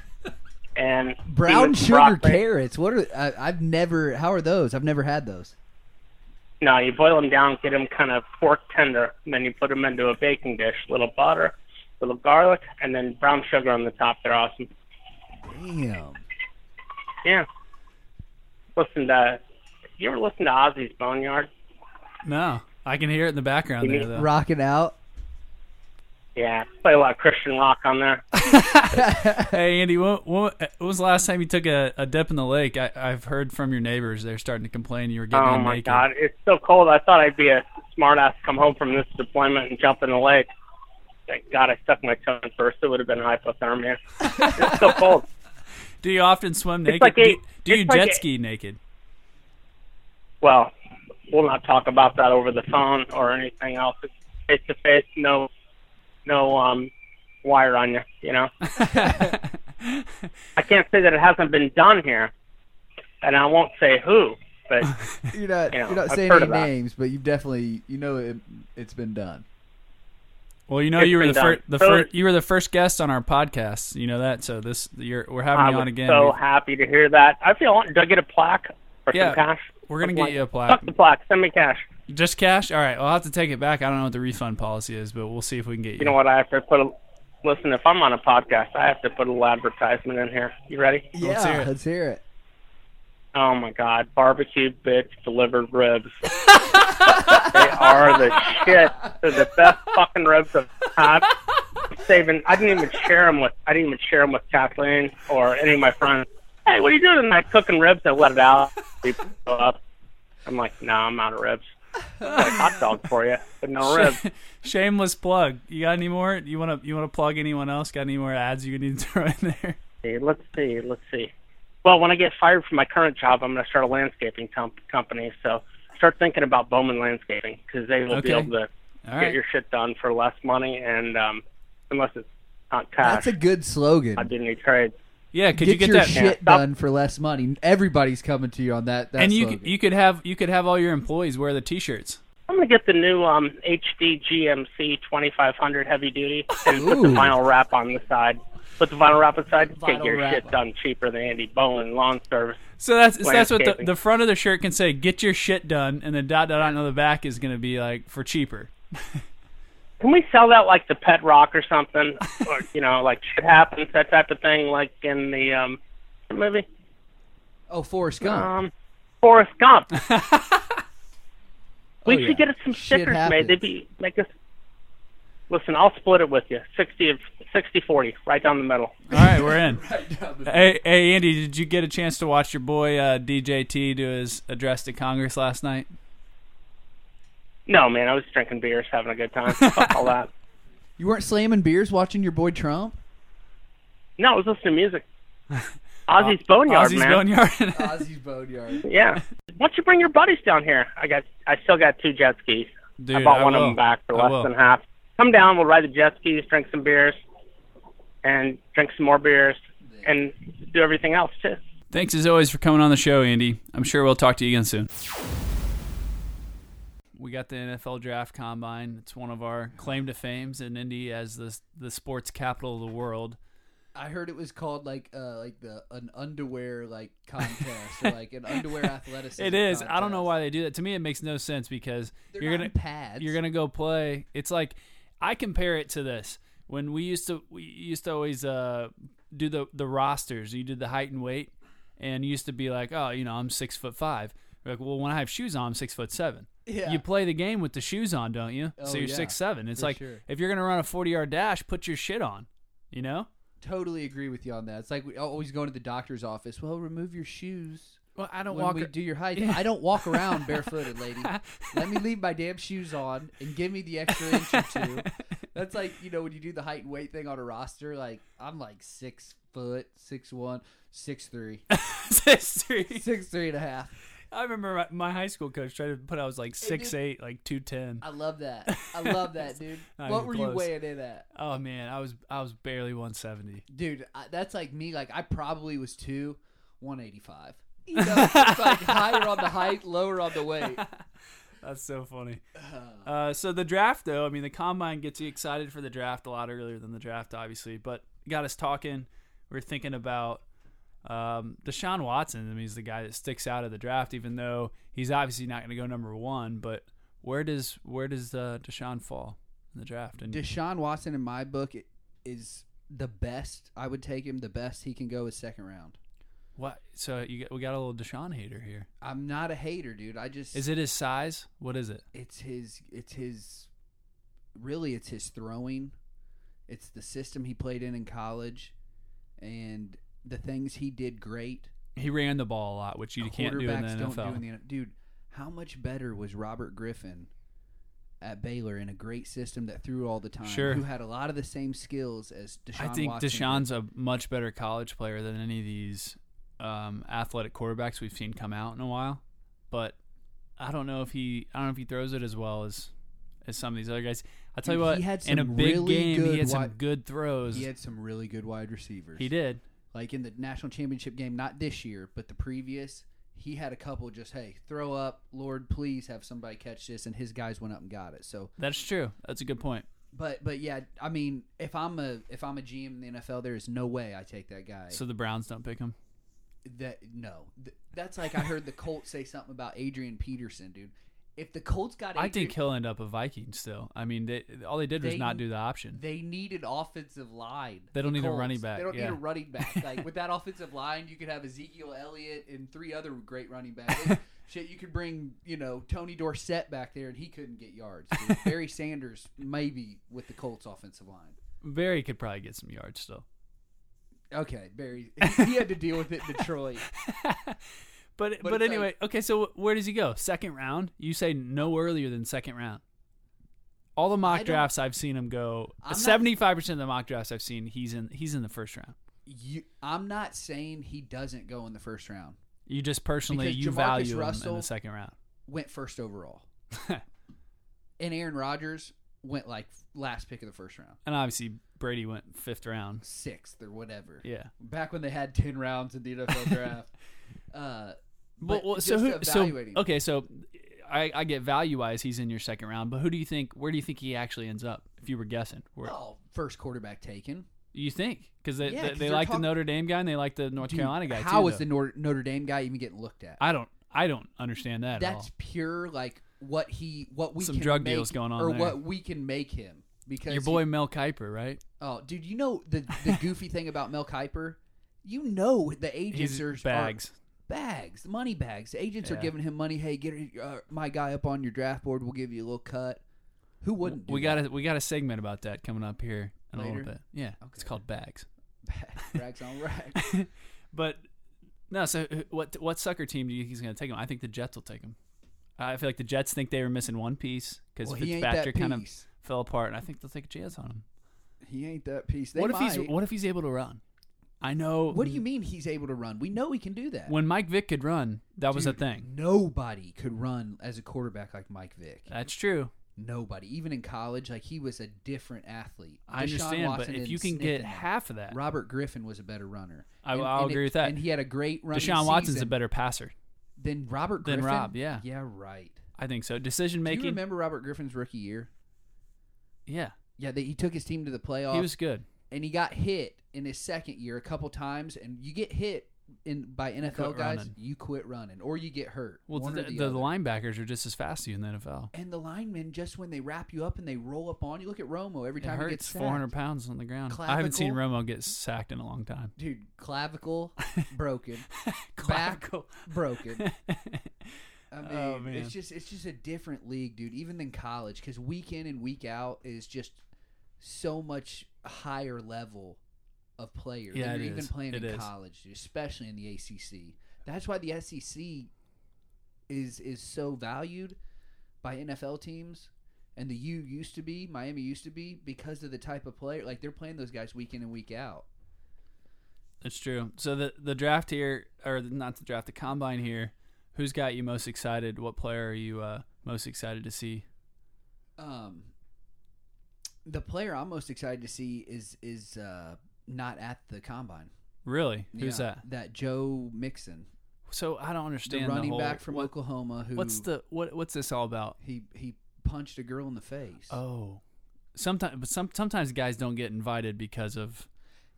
[SPEAKER 3] and
[SPEAKER 2] Brown
[SPEAKER 3] beans,
[SPEAKER 2] sugar
[SPEAKER 3] broccoli.
[SPEAKER 2] carrots. What are I, I've never? How are those? I've never had those.
[SPEAKER 3] No, you boil them down, get them kind of pork tender, and then you put them into a baking dish. Little butter, little garlic, and then brown sugar on the top. They're awesome.
[SPEAKER 2] Damn.
[SPEAKER 3] Yeah. Listen to. You ever listen to Ozzy's Boneyard?
[SPEAKER 1] No, I can hear it in the background
[SPEAKER 3] You
[SPEAKER 1] there
[SPEAKER 3] mean-
[SPEAKER 1] though.
[SPEAKER 2] Rocking out.
[SPEAKER 3] Yeah, play a lot of Christian rock on there.
[SPEAKER 1] Hey Andy, when, when, when was the last time you took a, a dip in the lake? I, I've heard from your neighbors they're starting to complain you were getting
[SPEAKER 3] Oh
[SPEAKER 1] in
[SPEAKER 3] my
[SPEAKER 1] naked.
[SPEAKER 3] god, it's so cold. I thought I'd be a smart ass come home from this deployment and jump in the lake. Thank God I stuck my toe in first. It would have been hypothermia. it's so cold.
[SPEAKER 1] Do you often swim naked?
[SPEAKER 3] like
[SPEAKER 1] do,
[SPEAKER 3] a-
[SPEAKER 1] do you
[SPEAKER 3] it's like
[SPEAKER 1] jet
[SPEAKER 3] a-
[SPEAKER 1] ski naked?
[SPEAKER 3] Well, we'll not talk about that over the phone or anything else. It's face to face, no, no um, wire on you. You know, I can't say that it hasn't been done here, and I won't say who, but
[SPEAKER 2] You're not.
[SPEAKER 3] Yeah,
[SPEAKER 2] you're not
[SPEAKER 3] I've
[SPEAKER 2] saying
[SPEAKER 3] heard
[SPEAKER 2] any
[SPEAKER 3] of that.
[SPEAKER 2] names, but you've definitely. You know it. It's been done.
[SPEAKER 1] Well, you know
[SPEAKER 3] It's
[SPEAKER 1] you were the
[SPEAKER 3] been
[SPEAKER 1] first
[SPEAKER 3] done.
[SPEAKER 1] the
[SPEAKER 3] So-
[SPEAKER 1] first you were the first guest on our podcast. You know that, so this you're we're having
[SPEAKER 3] I
[SPEAKER 1] you
[SPEAKER 3] was
[SPEAKER 1] on again.
[SPEAKER 3] so
[SPEAKER 1] We've-
[SPEAKER 3] happy to hear that. I feel. Do I get a plaque or
[SPEAKER 1] Yeah,
[SPEAKER 3] some cash?
[SPEAKER 1] we're gonna
[SPEAKER 3] Something
[SPEAKER 1] get
[SPEAKER 3] like-
[SPEAKER 1] you a plaque.
[SPEAKER 3] Fuck the plaque. Send me cash.
[SPEAKER 1] Just cash? All right, I'll have to take it back. I don't know what the refund policy is, but we'll see if we can get you.
[SPEAKER 3] You know what? I have to put a. Listen, if I'm on a podcast, I have to put a little advertisement in here. You ready?
[SPEAKER 2] Yeah.
[SPEAKER 1] Let's hear it.
[SPEAKER 2] Let's hear it.
[SPEAKER 3] Oh my God! Barbecue bitch delivered ribs. they are the shit. They're the best fucking ribs of time. Saving. I didn't even share them with. I didn't even share them with Kathleen or any of my friends. Hey, what are you doing tonight? Cooking ribs? I let it out. People go up. I'm like, no, I'm out of ribs. I got a hot dog for you, but no ribs.
[SPEAKER 1] Shameless plug. You got any more? You want to you want to plug anyone else? Got any more ads you need to throw in there?
[SPEAKER 3] see, let's see, let's see. Well, when I get fired from my current job, I'm going to start a landscaping com- company. So start thinking about Bowman Landscaping because they will be
[SPEAKER 1] Okay.
[SPEAKER 3] able to
[SPEAKER 1] All
[SPEAKER 3] get
[SPEAKER 1] right.
[SPEAKER 3] your shit done for less money, and um, unless it's not cash,
[SPEAKER 2] That's a good slogan.
[SPEAKER 3] I didn't need trades.
[SPEAKER 1] yeah, could
[SPEAKER 2] get,
[SPEAKER 1] you get
[SPEAKER 2] your
[SPEAKER 1] that?
[SPEAKER 2] shit
[SPEAKER 3] Stop.
[SPEAKER 2] done for less money. Everybody's coming to you on that. that
[SPEAKER 1] and you
[SPEAKER 2] slogan.
[SPEAKER 1] could- you could have you could have all your employees wear the t-shirts.
[SPEAKER 3] I'm gonna get the new um, HD GMC 2500 heavy duty and put the
[SPEAKER 2] Ooh.
[SPEAKER 3] vinyl wrap on the side. Put the vinyl wrap aside.
[SPEAKER 2] Vinyl
[SPEAKER 3] Get your
[SPEAKER 2] wrap.
[SPEAKER 3] shit done cheaper than Andy Bowen Lawn Service.
[SPEAKER 1] So that's so that's what the,
[SPEAKER 3] Landscaping.
[SPEAKER 1] the front of the shirt can say. Get your shit done, and then dot dot dot on the back is going to be like for cheaper.
[SPEAKER 3] Can we sell that like the pet rock or something, or you know, like shit happens that type of thing, like in the um movie
[SPEAKER 2] oh, Forrest Gump.
[SPEAKER 3] um Forrest Gump. we
[SPEAKER 1] Oh, yeah.
[SPEAKER 3] should get us some
[SPEAKER 2] Shit
[SPEAKER 3] stickers made. They'd
[SPEAKER 2] happens.
[SPEAKER 3] be make us. Listen, I'll split it with you, 60 of 60 40, right down the middle.
[SPEAKER 1] All right, we're in.
[SPEAKER 3] Um,
[SPEAKER 1] hey, hey, Andy, did you get a chance to watch your boy uh, DJT do his address to Congress last night?
[SPEAKER 3] No, man, I was drinking beers, having a good time. Fuck all that.
[SPEAKER 2] you weren't slamming beers watching your boy Trump.
[SPEAKER 3] No, I was listening to music. Ozzy's Boneyard,
[SPEAKER 1] Ozzy's
[SPEAKER 3] man.
[SPEAKER 1] Boneyard.
[SPEAKER 2] Ozzy's boneyard.
[SPEAKER 3] Yeah. Why don't you bring your buddies down here? I got, I still got two jet skis.
[SPEAKER 1] Dude,
[SPEAKER 3] I bought one
[SPEAKER 1] will.
[SPEAKER 3] of them back for
[SPEAKER 1] I
[SPEAKER 3] less
[SPEAKER 1] will.
[SPEAKER 3] than half. Come down, we'll ride the jet skis, drink some beers, and drink some more beers, and do everything else too.
[SPEAKER 1] Thanks as always for coming on the show, Andy. I'm sure we'll talk to you again soon. We got the NFL Draft Combine. It's one of our claim to fames in Indy as the the sports capital of the world.
[SPEAKER 2] I heard it was called like uh like the an underwear like contest, or like an underwear athleticism.
[SPEAKER 1] It is. I don't know
[SPEAKER 2] contest.
[SPEAKER 1] why they do that. To me, it makes no sense because
[SPEAKER 2] They're
[SPEAKER 1] you're
[SPEAKER 2] not
[SPEAKER 1] gonna
[SPEAKER 2] in pads.
[SPEAKER 1] you're gonna go play. It's like I compare it to this when we used to we used to always uh, do the the rosters. You did the height and weight, and you used to be like, oh, you know, I'm six foot 5 You're like, well, when I have shoes on, I'm six foot seven.
[SPEAKER 2] Yeah.
[SPEAKER 1] You play the game with the shoes on, don't you?
[SPEAKER 2] Oh,
[SPEAKER 1] so you're
[SPEAKER 2] yeah.
[SPEAKER 1] six seven. It's
[SPEAKER 2] For
[SPEAKER 1] like
[SPEAKER 2] sure.
[SPEAKER 1] if you're gonna run a forty yard dash, put your shit on. You know.
[SPEAKER 2] Totally agree with you on that. It's like we always go into the doctor's office. Well, remove your shoes
[SPEAKER 1] Well, I don't
[SPEAKER 2] when
[SPEAKER 1] walk.
[SPEAKER 2] we do your hike. I don't walk around barefooted, lady. Let me leave my damn shoes on and give me the extra inch or two. That's like you know when you do the height and weight thing on a roster. Like I'm like six foot, six one, six three,
[SPEAKER 1] History.
[SPEAKER 2] six three and a half.
[SPEAKER 1] I remember my, my high school coach tried to put I was like six eight, like two ten.
[SPEAKER 2] I love that. I love that, dude.
[SPEAKER 1] Not
[SPEAKER 2] what
[SPEAKER 1] even
[SPEAKER 2] were
[SPEAKER 1] close.
[SPEAKER 2] you weighing in at?
[SPEAKER 1] Oh man, I was I was barely one seventy.
[SPEAKER 2] dude I, that's like me like i probably was two 185 you know it's like higher on the height lower on the weight
[SPEAKER 1] That's so funny. Uh, so the draft, though, I mean, the combine gets you excited for the draft a lot earlier than the draft, obviously, but it got us talking. We are thinking about um, Deshaun Watson. I mean, he's the guy that sticks out of the draft, even though he's obviously not going to go number one. But where does where does uh, Deshaun fall in the draft? And
[SPEAKER 2] deshaun watson in my book i- is the best i would take him the best he can go is second round
[SPEAKER 1] what? So you got, we got a little Deshaun hater here.
[SPEAKER 2] i'm not a hater dude i just
[SPEAKER 1] Is it his size? What is it?
[SPEAKER 2] it's his it's his really it's his throwing it's the system he played in in college and the things he did great
[SPEAKER 1] He ran the ball a lot, which you can't do in the
[SPEAKER 2] Quarterbacks
[SPEAKER 1] NFL.
[SPEAKER 2] Don't do in the, dude, how much better was Robert Griffin at Baylor in a great system that threw all the time?
[SPEAKER 1] Sure.
[SPEAKER 2] Who had a lot of the same skills as Deshaun
[SPEAKER 1] I think
[SPEAKER 2] Watson.
[SPEAKER 1] Deshaun's a much better college player than any of these um, athletic quarterbacks we've seen come out in a while. But I don't know if he I don't know if he throws it as well as as some of these other guys. I tell you
[SPEAKER 2] Dude,
[SPEAKER 1] what,
[SPEAKER 2] he had
[SPEAKER 1] in a
[SPEAKER 2] some
[SPEAKER 1] big
[SPEAKER 2] really
[SPEAKER 1] game, he
[SPEAKER 2] good
[SPEAKER 1] had some
[SPEAKER 2] wi-
[SPEAKER 1] good throws.
[SPEAKER 2] He
[SPEAKER 1] He,
[SPEAKER 2] had some really good wide receivers.
[SPEAKER 1] did.
[SPEAKER 2] Like in the national championship game, not this year, but the previous, he had a couple just, hey, throw up, Lord, please have somebody catch this, and his guys went up and got it. So
[SPEAKER 1] That's true. That's a good point.
[SPEAKER 2] but but yeah, I mean, if I'm a if I'm a GM in the NFL, there is no way I take that guy.
[SPEAKER 1] So the Browns don't pick him.
[SPEAKER 2] That no, Th- that's like I heard the Colts say something about Adrian Peterson, dude. If the Colts got, Adrian,
[SPEAKER 1] I think he'll end up a Viking still. I mean, they, all they did was
[SPEAKER 2] They-
[SPEAKER 1] not do the option.
[SPEAKER 2] they need an offensive line.
[SPEAKER 1] They don't
[SPEAKER 2] the
[SPEAKER 1] need a
[SPEAKER 2] Colts.
[SPEAKER 1] running back,
[SPEAKER 2] They don't
[SPEAKER 1] yeah.
[SPEAKER 2] need a running back. Like with that offensive line, you could have Ezekiel Elliott and three other great running backs. Shit, you could bring you know Tony Dorsett back there, and he couldn't get yards. dude. Barry Sanders maybe with the Colts offensive line.
[SPEAKER 1] Barry could probably get some yards still.
[SPEAKER 2] Okay, Barry, he, he had to deal with it in Detroit.
[SPEAKER 1] But but,
[SPEAKER 2] it's
[SPEAKER 1] anyway, okay. So where does he go? Second round? You say no earlier than second round. All the
[SPEAKER 2] I
[SPEAKER 1] mock
[SPEAKER 2] don't-
[SPEAKER 1] drafts I've seen him go.
[SPEAKER 2] I'm not-
[SPEAKER 1] Seventy five percent of the mock drafts I've seen, he's in. He's in the first round.
[SPEAKER 2] You, I'm not saying he doesn't go in the first round.
[SPEAKER 1] You just personally
[SPEAKER 2] Because
[SPEAKER 1] you
[SPEAKER 2] Jamarcus
[SPEAKER 1] value him in
[SPEAKER 2] Russell-
[SPEAKER 1] the second round.
[SPEAKER 2] went first overall. and Aaron Rodgers went like last pick of the first round,
[SPEAKER 1] And obviously Brady went fifth round.
[SPEAKER 2] sixth or whatever.
[SPEAKER 1] Yeah.
[SPEAKER 2] Back when they had 10 rounds in the NFL draft. uh, but
[SPEAKER 1] well, well,
[SPEAKER 2] just
[SPEAKER 1] so who?
[SPEAKER 2] evaluating.
[SPEAKER 1] So okay. So I, I get value wise, he's in your second round. But who do you think? Where do you think he actually ends up? If you were guessing, where
[SPEAKER 2] Oh, first quarterback taken.
[SPEAKER 1] you think? Because they
[SPEAKER 2] Yeah,
[SPEAKER 1] they,
[SPEAKER 2] 'cause
[SPEAKER 1] they
[SPEAKER 2] they're
[SPEAKER 1] like
[SPEAKER 2] talk-
[SPEAKER 1] the Notre Dame guy and they like the North
[SPEAKER 2] Dude,
[SPEAKER 1] Carolina guy.
[SPEAKER 2] How
[SPEAKER 1] too,
[SPEAKER 2] is
[SPEAKER 1] though.
[SPEAKER 2] the Nor- Notre Dame guy even getting looked at?
[SPEAKER 1] I don't I don't understand that at all.
[SPEAKER 2] That's pure like what he what we
[SPEAKER 1] Some
[SPEAKER 2] can
[SPEAKER 1] drug
[SPEAKER 2] make-
[SPEAKER 1] deals going on
[SPEAKER 2] or
[SPEAKER 1] there.
[SPEAKER 2] what we can make him because
[SPEAKER 1] Your
[SPEAKER 2] he-
[SPEAKER 1] boy Mel Kiper, right?
[SPEAKER 2] oh, dude, you know the the goofy thing about Mel Kiper. You know the agents
[SPEAKER 1] He's
[SPEAKER 2] are are-
[SPEAKER 1] bags.
[SPEAKER 2] bags, money bags. The agents
[SPEAKER 1] Yeah.
[SPEAKER 2] are giving him money. Hey, get uh, my guy up on your draft board. We'll give you a little cut. Who wouldn't? Do
[SPEAKER 1] we got a we got a segment about that coming up here in a
[SPEAKER 2] Later?
[SPEAKER 1] little bit. Yeah, it's called bags.
[SPEAKER 2] that? rags on rags.
[SPEAKER 1] But no, so wh- what what sucker team do you think he's going to take him? I think the Jets will take him. I feel like the Jets think they were missing one piece because
[SPEAKER 2] Well, he ain't that
[SPEAKER 1] Fitzpatrick kind of
[SPEAKER 2] piece.
[SPEAKER 1] fell apart, and I think they'll take a chance on him.
[SPEAKER 2] He ain't that piece. They
[SPEAKER 1] what if he's
[SPEAKER 2] might.
[SPEAKER 1] what if he's able to run? I know.
[SPEAKER 2] What do you mean he's able to run? We know he can do that.
[SPEAKER 1] When Mike Vick could run, that was a
[SPEAKER 2] Dude,
[SPEAKER 1] thing.
[SPEAKER 2] Nobody could run as a quarterback like Mike Vick.
[SPEAKER 1] That's true.
[SPEAKER 2] Nobody, even in college, like he was a different athlete.
[SPEAKER 1] I
[SPEAKER 2] Deshaun
[SPEAKER 1] understand,
[SPEAKER 2] Watson
[SPEAKER 1] but if
[SPEAKER 2] didn't
[SPEAKER 1] you can
[SPEAKER 2] sniff
[SPEAKER 1] get
[SPEAKER 2] at him.
[SPEAKER 1] half of that,
[SPEAKER 2] Robert Griffin was a better runner.
[SPEAKER 1] I- I'll agree with that.
[SPEAKER 2] And he had a great run.
[SPEAKER 1] Deshaun Watson's a
[SPEAKER 2] season.
[SPEAKER 1] better passer.
[SPEAKER 2] than Robert
[SPEAKER 1] Than
[SPEAKER 2] Griffin.
[SPEAKER 1] Rob, yeah.
[SPEAKER 2] yeah, right.
[SPEAKER 1] I think so. Decision
[SPEAKER 2] Do you
[SPEAKER 1] making.
[SPEAKER 2] remember Robert Griffin's rookie year?
[SPEAKER 1] Yeah,
[SPEAKER 2] Yeah, they, he took his team to the playoffs,
[SPEAKER 1] he was good.
[SPEAKER 2] and he got hit in his second year a couple times. And you get hit in by NFL
[SPEAKER 1] Quit
[SPEAKER 2] guys,
[SPEAKER 1] running.
[SPEAKER 2] you quit running or you get hurt.
[SPEAKER 1] Well,
[SPEAKER 2] One
[SPEAKER 1] the,
[SPEAKER 2] or
[SPEAKER 1] the,
[SPEAKER 2] other.
[SPEAKER 1] linebackers are just as fast as you in the NFL.
[SPEAKER 2] and the linemen just when they wrap you up and they roll up on you. Look at Romo every
[SPEAKER 1] It
[SPEAKER 2] time he
[SPEAKER 1] hurts
[SPEAKER 2] gets sacked.
[SPEAKER 1] 400 pounds on the ground. I haven't seen
[SPEAKER 2] Clavicle.
[SPEAKER 1] Romo get sacked in a long time.
[SPEAKER 2] Dude, clavicle broken,
[SPEAKER 1] Clavicle.
[SPEAKER 2] back broken. I mean,
[SPEAKER 1] Oh, man.
[SPEAKER 2] it's just it's just a different league, dude. Even than college, because week in and week out is just so much higher level of player
[SPEAKER 1] Yeah,
[SPEAKER 2] than
[SPEAKER 1] it
[SPEAKER 2] you're even
[SPEAKER 1] is.
[SPEAKER 2] playing
[SPEAKER 1] It
[SPEAKER 2] in
[SPEAKER 1] is.
[SPEAKER 2] college, dude, especially in the ACC. That's why the SEC is is so valued by NFL teams, and the U used to be Miami used to be because of the type of player. Like they're playing those guys week in and week out.
[SPEAKER 1] That's true. So the the draft here, or not the draft, the combine here. Who's got you most excited? What player are you uh, most excited to see?
[SPEAKER 2] Um, the player I'm most excited to see is is uh, not at the combine.
[SPEAKER 1] Really? Who's
[SPEAKER 2] Yeah,
[SPEAKER 1] that?
[SPEAKER 2] That Joe Mixon,
[SPEAKER 1] So I don't
[SPEAKER 2] the
[SPEAKER 1] understand
[SPEAKER 2] running
[SPEAKER 1] whole,
[SPEAKER 2] back from
[SPEAKER 1] what-
[SPEAKER 2] Oklahoma, who
[SPEAKER 1] What's the what? What's this all about?
[SPEAKER 2] he he punched a girl in the face.
[SPEAKER 1] Oh, sometimes, but some sometimes guys don't get invited because of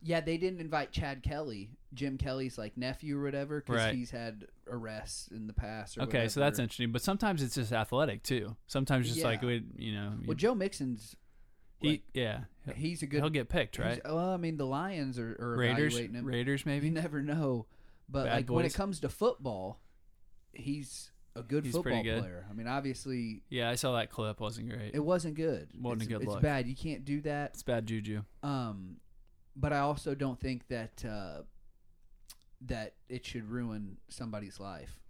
[SPEAKER 2] Yeah, they didn't invite Chad Kelly, Jim Kelly's like nephew or whatever, because
[SPEAKER 1] Right.
[SPEAKER 2] he's had arrests in the past. Or
[SPEAKER 1] okay. So that's
[SPEAKER 2] whatever.
[SPEAKER 1] interesting. But sometimes it's just athletic too. Sometimes just
[SPEAKER 2] Yeah.
[SPEAKER 1] like we, you know,
[SPEAKER 2] well, Joe Mixon's
[SPEAKER 1] he
[SPEAKER 2] like,
[SPEAKER 1] yeah,
[SPEAKER 2] he's a good.
[SPEAKER 1] he'll get picked,
[SPEAKER 2] he's-
[SPEAKER 1] right?
[SPEAKER 2] Well, I mean, the Lions are, are
[SPEAKER 1] Raiders,
[SPEAKER 2] evaluating him.
[SPEAKER 1] Raiders
[SPEAKER 2] You
[SPEAKER 1] maybe.
[SPEAKER 2] never know. But
[SPEAKER 1] Bad
[SPEAKER 2] like when it
[SPEAKER 1] boys.
[SPEAKER 2] comes to football, he's a good
[SPEAKER 1] He's
[SPEAKER 2] football
[SPEAKER 1] pretty good.
[SPEAKER 2] player. I mean, obviously
[SPEAKER 1] Yeah, I saw that clip. wasn't great.
[SPEAKER 2] it wasn't good.
[SPEAKER 1] Wasn't
[SPEAKER 2] it's,
[SPEAKER 1] a good
[SPEAKER 2] It's
[SPEAKER 1] look.
[SPEAKER 2] bad. You can't do that.
[SPEAKER 1] it's bad juju.
[SPEAKER 2] Um, but I also don't think that uh, that it should ruin somebody's life.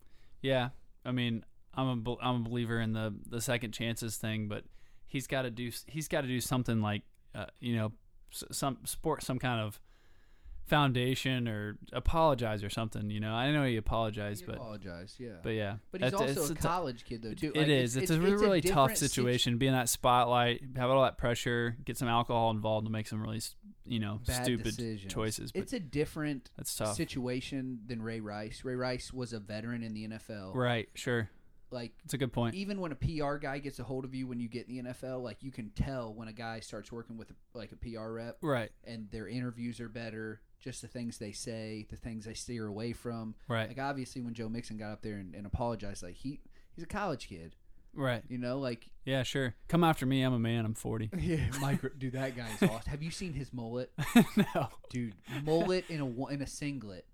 [SPEAKER 1] Yeah, I mean, I'm a bel- I'm a believer in the the second chances thing, but he's got to do he's got to do something like uh, you know s- some sport some kind of foundation or apologize or something. You know, I know he apologized,
[SPEAKER 2] I
[SPEAKER 1] but
[SPEAKER 2] apologize. Yeah.
[SPEAKER 1] but yeah,
[SPEAKER 2] But he's
[SPEAKER 1] That's-
[SPEAKER 2] also a
[SPEAKER 1] it's t-
[SPEAKER 2] college kid though too.
[SPEAKER 1] It is. It's, a really tough situation. Be in that spotlight, have all that pressure, get some alcohol involved, to make some really s- you know stupid choices. But
[SPEAKER 2] It's a different
[SPEAKER 1] that's tough,
[SPEAKER 2] situation than Ray Rice. Ray Rice was a veteran in the NFL.
[SPEAKER 1] right? Sure,
[SPEAKER 2] Like
[SPEAKER 1] it's a good point.
[SPEAKER 2] even when a PR guy gets a hold of you when you get in the NFL, like you can tell when a guy starts working with like a PR rep
[SPEAKER 1] Right,
[SPEAKER 2] and their interviews are better, just the things they say, the things they steer away from.
[SPEAKER 1] right,
[SPEAKER 2] Like obviously when Joe Mixon got up there and, and apologized, like he he's a college kid,
[SPEAKER 1] right.
[SPEAKER 2] you know, like
[SPEAKER 1] Yeah, sure. Come after me. I'm a man. I'm 40.
[SPEAKER 2] yeah, Mike, dude, that guy's lost. Have you seen his mullet,
[SPEAKER 1] no.
[SPEAKER 2] dude? Mullet in a wa- in a singlet.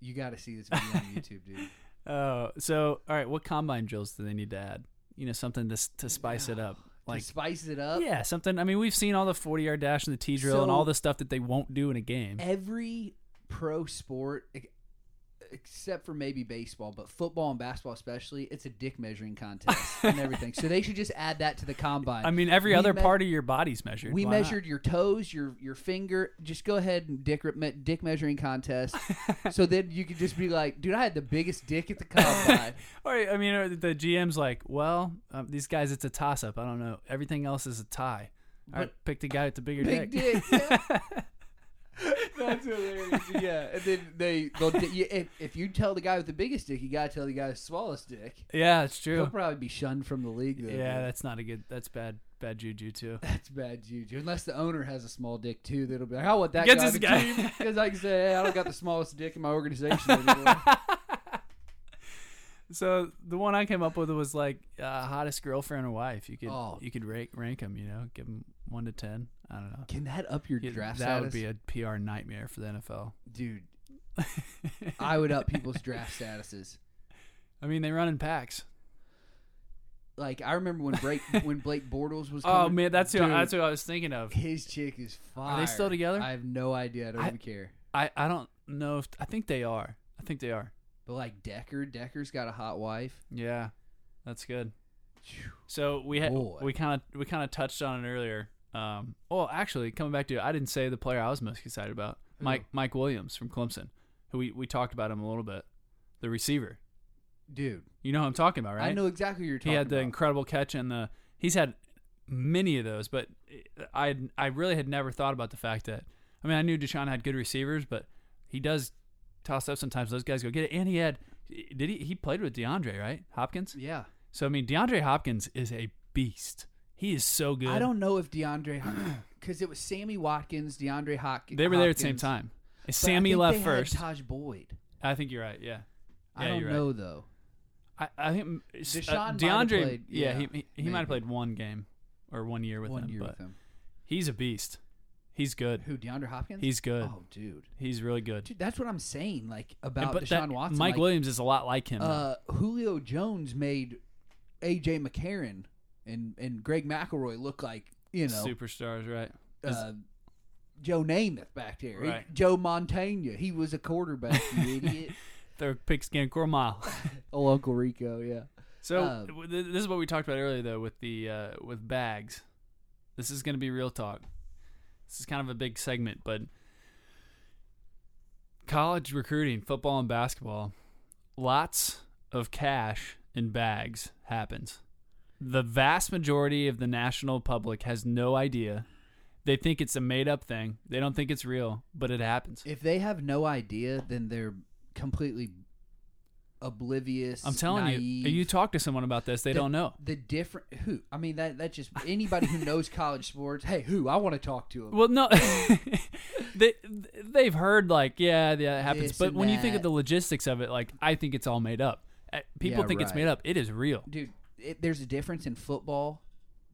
[SPEAKER 2] You got to see this video on YouTube, dude.
[SPEAKER 1] Oh, so all right. What combine drills do they need to add? You know, something to s- to spice it up.
[SPEAKER 2] Like
[SPEAKER 1] Like,
[SPEAKER 2] spice it up.
[SPEAKER 1] yeah, something. I mean, we've seen all the forty yard dash and the T drill and
[SPEAKER 2] So-
[SPEAKER 1] all the stuff that they won't do in a game.
[SPEAKER 2] every pro sport ex- except for maybe baseball but football and basketball especially it's a dick measuring contest and everything so they should just add that to the combine
[SPEAKER 1] I mean, every
[SPEAKER 2] we
[SPEAKER 1] other
[SPEAKER 2] me-
[SPEAKER 1] part of your body's measured.
[SPEAKER 2] we
[SPEAKER 1] Why not?
[SPEAKER 2] measured your toes your your finger just go ahead and dick re- me- dick measuring contest so then you could just be like dude i had the biggest dick at the combine
[SPEAKER 1] All right. I mean, uh, the GM's like, well, um, these guys, it's a toss up. I don't know. Everything else is a tie. I
[SPEAKER 2] But-
[SPEAKER 1] picked the guy with the bigger
[SPEAKER 2] big
[SPEAKER 1] dick.
[SPEAKER 2] dick yeah. That's hilarious. Yeah, and then they they'll di- you- if, if you tell the guy with the biggest dick, you gotta tell the guy with the smallest dick.
[SPEAKER 1] Yeah, it's
[SPEAKER 2] He'll
[SPEAKER 1] true.
[SPEAKER 2] probably be shunned from the league. Though,
[SPEAKER 1] Yeah,
[SPEAKER 2] dude.
[SPEAKER 1] that's not a good. That's bad. Bad juju too.
[SPEAKER 2] that's bad juju. Unless the owner has a small dick too, that'll be like, I want that
[SPEAKER 1] Get
[SPEAKER 2] guy
[SPEAKER 1] this guy.
[SPEAKER 2] because I can say, hey, I don't got the smallest dick in my organization anymore.
[SPEAKER 1] So the one I came up with was like uh, hottest girlfriend or wife. You could
[SPEAKER 2] Oh.
[SPEAKER 1] you could rank rank them. You know, give them one to ten. I don't know.
[SPEAKER 2] Can that up your
[SPEAKER 1] You-
[SPEAKER 2] draft
[SPEAKER 1] that
[SPEAKER 2] status,
[SPEAKER 1] would be a PR nightmare for the NFL.
[SPEAKER 2] dude? I would up people's draft statuses.
[SPEAKER 1] I mean, they run in packs.
[SPEAKER 2] Like I remember when Blake when Blake Bortles was.
[SPEAKER 1] Oh
[SPEAKER 2] coming-
[SPEAKER 1] man, that's who,
[SPEAKER 2] Dude,
[SPEAKER 1] that's what I was thinking of.
[SPEAKER 2] his chick is fire.
[SPEAKER 1] Are they still together?
[SPEAKER 2] I have no idea. I don't
[SPEAKER 1] I-
[SPEAKER 2] even care.
[SPEAKER 1] I I don't know if I think they are. I think they are.
[SPEAKER 2] But like Decker, Decker's got a hot wife.
[SPEAKER 1] Yeah, that's good.
[SPEAKER 2] Phew.
[SPEAKER 1] So we had
[SPEAKER 2] Boy.
[SPEAKER 1] we kind of we kind of touched on it earlier. Um, well, actually, coming back to it, I didn't say the player I was most excited about, Mike Mike Williams from Clemson, who we, we talked about him a little bit, the receiver.
[SPEAKER 2] Dude,
[SPEAKER 1] You know who I'm talking about, right?
[SPEAKER 2] I know exactly who you're talking.
[SPEAKER 1] he had the
[SPEAKER 2] about.
[SPEAKER 1] incredible catch and the he's had many of those, but I I really had never thought about the fact that I mean I knew Deshaun had good receivers, but he does toss up sometimes. Those guys go get it, and he had did he he played with DeAndre right Hopkins?
[SPEAKER 2] yeah.
[SPEAKER 1] So I mean DeAndre Hopkins is a beast. He is so good.
[SPEAKER 2] I don't know if DeAndre because it was Sammy Watkins, DeAndre Hopkins.
[SPEAKER 1] They were there at the same time. It
[SPEAKER 2] But I
[SPEAKER 1] Sammy
[SPEAKER 2] think
[SPEAKER 1] left
[SPEAKER 2] they had
[SPEAKER 1] first.
[SPEAKER 2] Taj Boyd.
[SPEAKER 1] I think you're right. Yeah.
[SPEAKER 2] I
[SPEAKER 1] Yeah,
[SPEAKER 2] don't
[SPEAKER 1] you're right.
[SPEAKER 2] know though.
[SPEAKER 1] I, I think uh,
[SPEAKER 2] Deshaun might have
[SPEAKER 1] DeAndre.
[SPEAKER 2] played-
[SPEAKER 1] yeah,
[SPEAKER 2] yeah,
[SPEAKER 1] he he, he might have
[SPEAKER 2] maybe.
[SPEAKER 1] played one game or one year with
[SPEAKER 2] One
[SPEAKER 1] him.
[SPEAKER 2] year
[SPEAKER 1] but
[SPEAKER 2] with him.
[SPEAKER 1] He's a beast. He's good.
[SPEAKER 2] Who DeAndre Hopkins?
[SPEAKER 1] He's good.
[SPEAKER 2] Oh, dude.
[SPEAKER 1] He's really good.
[SPEAKER 2] Dude, that's what I'm saying. Like
[SPEAKER 1] And-
[SPEAKER 2] about
[SPEAKER 1] but
[SPEAKER 2] Deshaun
[SPEAKER 1] that-
[SPEAKER 2] Watson.
[SPEAKER 1] Mike
[SPEAKER 2] like,
[SPEAKER 1] Williams is a lot like him. though.
[SPEAKER 2] uh, Julio Jones made AJ McCarron and and Greg McElroy look like you know
[SPEAKER 1] Superstars, right?
[SPEAKER 2] uh, Joe Namath back there. He-
[SPEAKER 1] Right.
[SPEAKER 2] Joe Montaigne. He was a quarterback. You idiot.
[SPEAKER 1] Third pick scan Cormal.
[SPEAKER 2] Oh, Uncle Rico. Yeah.
[SPEAKER 1] So
[SPEAKER 2] Uh,
[SPEAKER 1] w- th- this is what we talked about earlier, though, with the uh, with bags. This is going to be real talk. This is kind of a big segment, but college recruiting, football and basketball, lots of cash in bags happens. The vast majority of the national public has no idea. They think it's a made up thing. They don't think it's real, but it happens.
[SPEAKER 2] If they have no idea, then they're completely oblivious.
[SPEAKER 1] I'm telling
[SPEAKER 2] naive.
[SPEAKER 1] you, you talk to someone about this, they
[SPEAKER 2] The-
[SPEAKER 1] don't know.
[SPEAKER 2] the different who. I mean that that just anybody who knows college sports. Hey, who? I want to talk to him.
[SPEAKER 1] Well, no, they they've heard like yeah, yeah, it happens.
[SPEAKER 2] This
[SPEAKER 1] but
[SPEAKER 2] and
[SPEAKER 1] when you think of
[SPEAKER 2] that.
[SPEAKER 1] the logistics of it, like I think it's all made up. Uh, People
[SPEAKER 2] Yeah,
[SPEAKER 1] think it's
[SPEAKER 2] right.
[SPEAKER 1] made up. It is real.
[SPEAKER 2] dude, it, there's a difference in football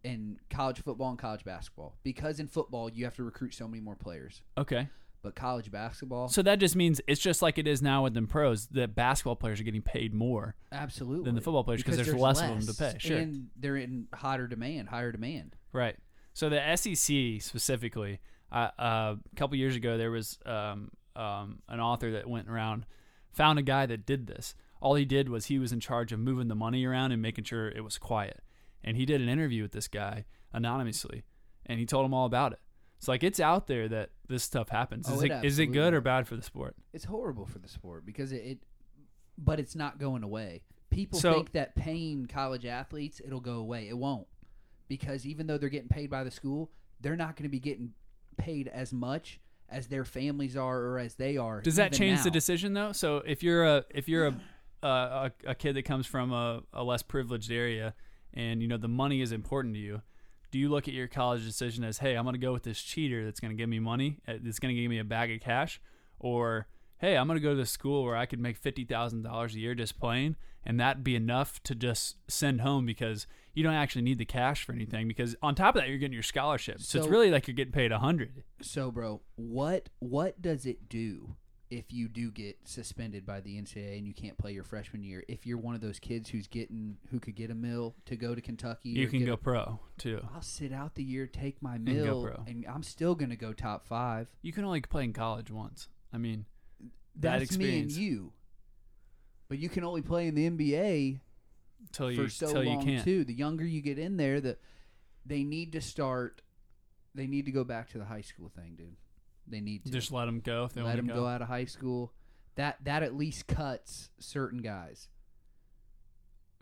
[SPEAKER 2] and college football and college basketball because in football you have to recruit so many more players,
[SPEAKER 1] Okay,
[SPEAKER 2] but college basketball,
[SPEAKER 1] so that just means it's just like it is now with them pros. That basketball players are getting paid more.
[SPEAKER 2] absolutely.
[SPEAKER 1] Than the football players, 'cause there's less of them to pay, sure.
[SPEAKER 2] and they're in hotter demand, higher demand.
[SPEAKER 1] Right. So the SEC specifically, uh, uh, a couple years ago, there was um, um, an author that went around, found a guy that did this. All he did was he was in charge of moving the money around and making sure it was quiet. And he did an interview with this guy anonymously, and he told him all about it. It's like it's out there that this stuff happens.
[SPEAKER 2] Oh,
[SPEAKER 1] is, it,
[SPEAKER 2] it
[SPEAKER 1] is it
[SPEAKER 2] absolutely
[SPEAKER 1] good or bad for the sport?
[SPEAKER 2] It's horrible for the sport because it, it but it's not going away. People
[SPEAKER 1] So-
[SPEAKER 2] think that paying college athletes it'll go away. It won't. Because even though they're getting paid by the school, they're not going to be getting paid as much as their families are or as they are.
[SPEAKER 1] Does that
[SPEAKER 2] even
[SPEAKER 1] change the
[SPEAKER 2] now.
[SPEAKER 1] decision though? So if you're a if you're a a, a, a kid that comes from a, a less privileged area, and you know the money is important to you, do you look at your college decision as, hey, I'm going to go with this cheater that's going to give me money, uh, that's going to give me a bag of cash, or hey, I'm going to go to this school where I could make fifty thousand dollars a year just playing, and that'd be enough to just send home because you don't actually need the cash for anything because on top of that you're getting your scholarship, so,
[SPEAKER 2] So-
[SPEAKER 1] it's really like you're getting paid a hundred.
[SPEAKER 2] So, bro, what what does it do if you do get suspended by the NCAA and you can't play your freshman year? If you're one of those kids who's getting who could get a mill to go to Kentucky,
[SPEAKER 1] You
[SPEAKER 2] or
[SPEAKER 1] can
[SPEAKER 2] get
[SPEAKER 1] go
[SPEAKER 2] a-
[SPEAKER 1] pro too.
[SPEAKER 2] I'll sit out the year, take my
[SPEAKER 1] go
[SPEAKER 2] mill,
[SPEAKER 1] pro.
[SPEAKER 2] and I'm still gonna go top five.
[SPEAKER 1] You can only play in college once. I mean, That
[SPEAKER 2] That's
[SPEAKER 1] experience.
[SPEAKER 2] me and you. But you can only play in the NBA
[SPEAKER 1] till you
[SPEAKER 2] for so
[SPEAKER 1] till you
[SPEAKER 2] long
[SPEAKER 1] can't.
[SPEAKER 2] too. The younger you get in there, the they need to start. They need to go back to the high school thing, dude. They need to.
[SPEAKER 1] Just let them go if they want
[SPEAKER 2] let them
[SPEAKER 1] to
[SPEAKER 2] go. out of high school. That that at least cuts certain guys.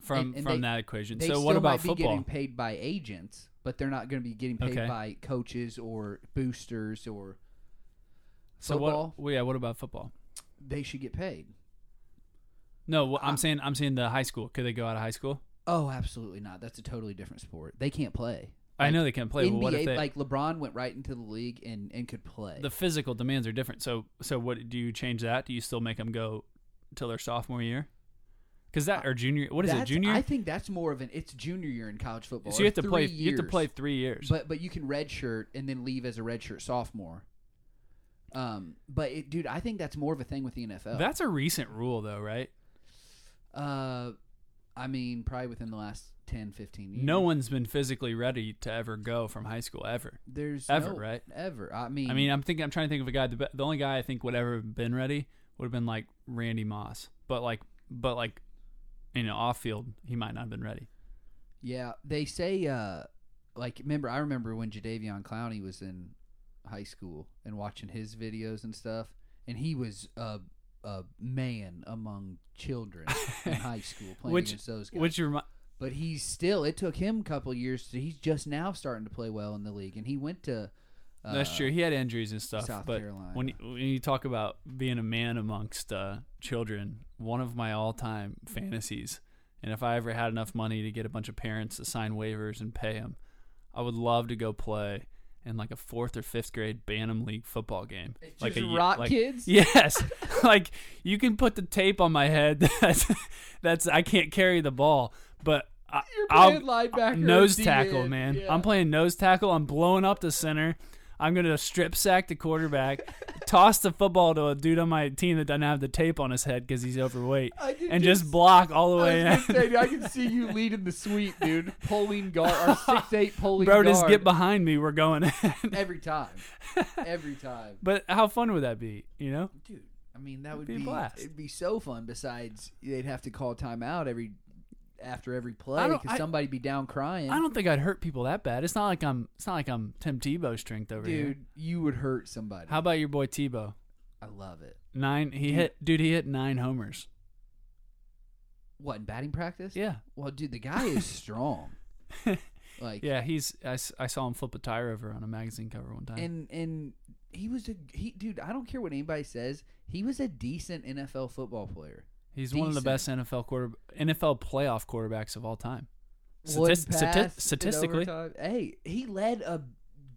[SPEAKER 1] from
[SPEAKER 2] and- and
[SPEAKER 1] from
[SPEAKER 2] they-
[SPEAKER 1] that equation.
[SPEAKER 2] They
[SPEAKER 1] So
[SPEAKER 2] still
[SPEAKER 1] what about
[SPEAKER 2] might be
[SPEAKER 1] football?
[SPEAKER 2] getting paid by agents, but they're not going to be getting paid
[SPEAKER 1] Okay.
[SPEAKER 2] by coaches or boosters or
[SPEAKER 1] so
[SPEAKER 2] football?
[SPEAKER 1] what? Well, yeah. What about football?
[SPEAKER 2] they should get paid.
[SPEAKER 1] No, wh- I'm saying I'm saying the high school. Could they go out of high school?
[SPEAKER 2] Oh, absolutely not. That's a totally different sport. They can't play.
[SPEAKER 1] I know they can't play. but
[SPEAKER 2] NBA,
[SPEAKER 1] what if they?
[SPEAKER 2] like LeBron went right into the league and, and could play.
[SPEAKER 1] the physical demands are different. So so what do you change that? Do you still make them go till their sophomore year? Because that or junior? What is it?
[SPEAKER 2] That's-
[SPEAKER 1] Junior?
[SPEAKER 2] I think that's more of an it's junior year in college football.
[SPEAKER 1] so you
[SPEAKER 2] or
[SPEAKER 1] have to play.
[SPEAKER 2] three
[SPEAKER 1] You have to
[SPEAKER 2] years.
[SPEAKER 1] play three years.
[SPEAKER 2] but but you can redshirt and then leave as a redshirt sophomore. Um, but it, dude, I think that's more of a thing with the NFL.
[SPEAKER 1] That's a recent rule, though, right?
[SPEAKER 2] uh, I mean, probably within the last 10, 15 years.
[SPEAKER 1] No one's been physically ready to ever go from high school ever.
[SPEAKER 2] there's
[SPEAKER 1] ever,
[SPEAKER 2] no-
[SPEAKER 1] right?
[SPEAKER 2] Ever. I mean,
[SPEAKER 1] I mean, I'm thinking. I'm trying to think of a guy. The, be- the only guy I think would ever have been ready would have been like Randy Moss, but like, but like, you know, off field, he might not have been ready.
[SPEAKER 2] yeah, they say uh, like remember I remember when Jadavion Clowney was in high school and watching his videos and stuff, and he was a a man among children in high school playing
[SPEAKER 1] Which-
[SPEAKER 2] against those guys.
[SPEAKER 1] Which remi-
[SPEAKER 2] but he's still it took him a couple of years to he's just now starting to play well in the league and he went to uh,
[SPEAKER 1] that's true. He had injuries and stuff.
[SPEAKER 2] South
[SPEAKER 1] but
[SPEAKER 2] Carolina.
[SPEAKER 1] when you, when you talk about being a man amongst uh, children, one of my all-time fantasies, and if I ever had enough money to get a bunch of parents to sign waivers and pay them, I would love to go play in like a fourth or fifth grade Bantam League football game.
[SPEAKER 2] It's
[SPEAKER 1] like
[SPEAKER 2] just
[SPEAKER 1] ye-
[SPEAKER 2] rock
[SPEAKER 1] like-
[SPEAKER 2] kids?
[SPEAKER 1] Yes. like you can put the tape on my head. That's, that's I can't carry the ball, but I,
[SPEAKER 2] You're
[SPEAKER 1] I'll,
[SPEAKER 2] playing linebacker or
[SPEAKER 1] nose
[SPEAKER 2] D
[SPEAKER 1] tackle,
[SPEAKER 2] end,
[SPEAKER 1] man.
[SPEAKER 2] yeah.
[SPEAKER 1] I'm playing nose tackle. I'm blowing up the center. I'm gonna strip sack the quarterback, toss the football to a dude on my team that doesn't have the tape on his head because he's overweight,
[SPEAKER 2] I did
[SPEAKER 1] and
[SPEAKER 2] just-
[SPEAKER 1] just block all the
[SPEAKER 2] I,
[SPEAKER 1] way in.
[SPEAKER 2] was gonna say, dude, I can see you leading the sweep, dude. Pulling guard, our six eight pulling
[SPEAKER 1] Bro,
[SPEAKER 2] guard.
[SPEAKER 1] just get behind me. We're going.
[SPEAKER 2] every time, every time,
[SPEAKER 1] but how fun would that be? You know,
[SPEAKER 2] dude. I mean, that would
[SPEAKER 1] be a
[SPEAKER 2] be,
[SPEAKER 1] blast.
[SPEAKER 2] it'd be so fun. Besides, they'd have to call timeout every after every play
[SPEAKER 1] I don't- I-
[SPEAKER 2] because somebody'd be down crying.
[SPEAKER 1] I don't think I'd hurt people that bad. It's not like I'm. It's not like I'm Tim Tebow strength over here.
[SPEAKER 2] dude, you would hurt somebody.
[SPEAKER 1] How about your boy Tebow?
[SPEAKER 2] I love it.
[SPEAKER 1] Nine. He hit. Dude, he hit nine homers.
[SPEAKER 2] What in batting practice?
[SPEAKER 1] Yeah.
[SPEAKER 2] Well, dude, the guy is strong. like,
[SPEAKER 1] Yeah, he's. I, s- I saw him flip a tire over on a magazine cover one time.
[SPEAKER 2] and and he was a he, dude. I don't care what anybody says. He was a decent NFL football player.
[SPEAKER 1] He's one of the
[SPEAKER 2] decent.
[SPEAKER 1] best NFL quarter NFL playoff quarterbacks of all time.
[SPEAKER 2] One
[SPEAKER 1] Statis- stati-
[SPEAKER 2] pass in
[SPEAKER 1] statistically,
[SPEAKER 2] overtime. hey, he led a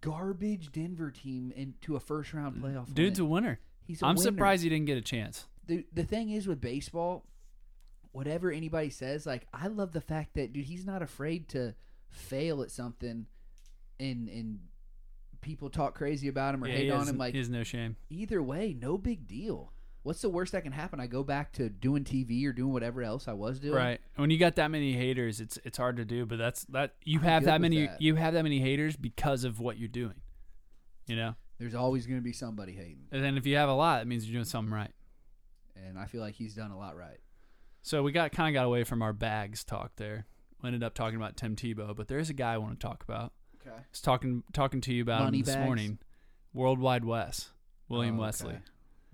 [SPEAKER 2] garbage Denver team into a first round playoff.
[SPEAKER 1] Mm, dude's a
[SPEAKER 2] win.
[SPEAKER 1] winner.
[SPEAKER 2] He's a
[SPEAKER 1] I'm
[SPEAKER 2] winner.
[SPEAKER 1] surprised he didn't get a chance.
[SPEAKER 2] The the thing is with baseball, whatever anybody says, like I love the fact that dude, he's not afraid to fail at something, and and people talk crazy about him or
[SPEAKER 1] Yeah, he
[SPEAKER 2] hate on
[SPEAKER 1] has-
[SPEAKER 2] him. Like
[SPEAKER 1] he has no shame.
[SPEAKER 2] either way, no big deal. What's the worst that can happen? I go back to doing TV or doing whatever else I was doing.
[SPEAKER 1] Right. When you got that many haters, it's it's hard to do. But that's that you have
[SPEAKER 2] good
[SPEAKER 1] that
[SPEAKER 2] with
[SPEAKER 1] many
[SPEAKER 2] that.
[SPEAKER 1] you have that many haters because of what you're doing. You know,
[SPEAKER 2] There's always going to be somebody hating,
[SPEAKER 1] and then if you have a lot, it means you're doing something right.
[SPEAKER 2] and I feel like he's done a lot right.
[SPEAKER 1] So we got kind of got away from our bags talk there. We ended up talking about Tim Tebow, but there is a guy I want to talk about.
[SPEAKER 2] Okay.
[SPEAKER 1] was talking talking to you about
[SPEAKER 2] Money
[SPEAKER 1] him this
[SPEAKER 2] bags?
[SPEAKER 1] morning. Worldwide West, William
[SPEAKER 2] Oh, okay.
[SPEAKER 1] Wesley.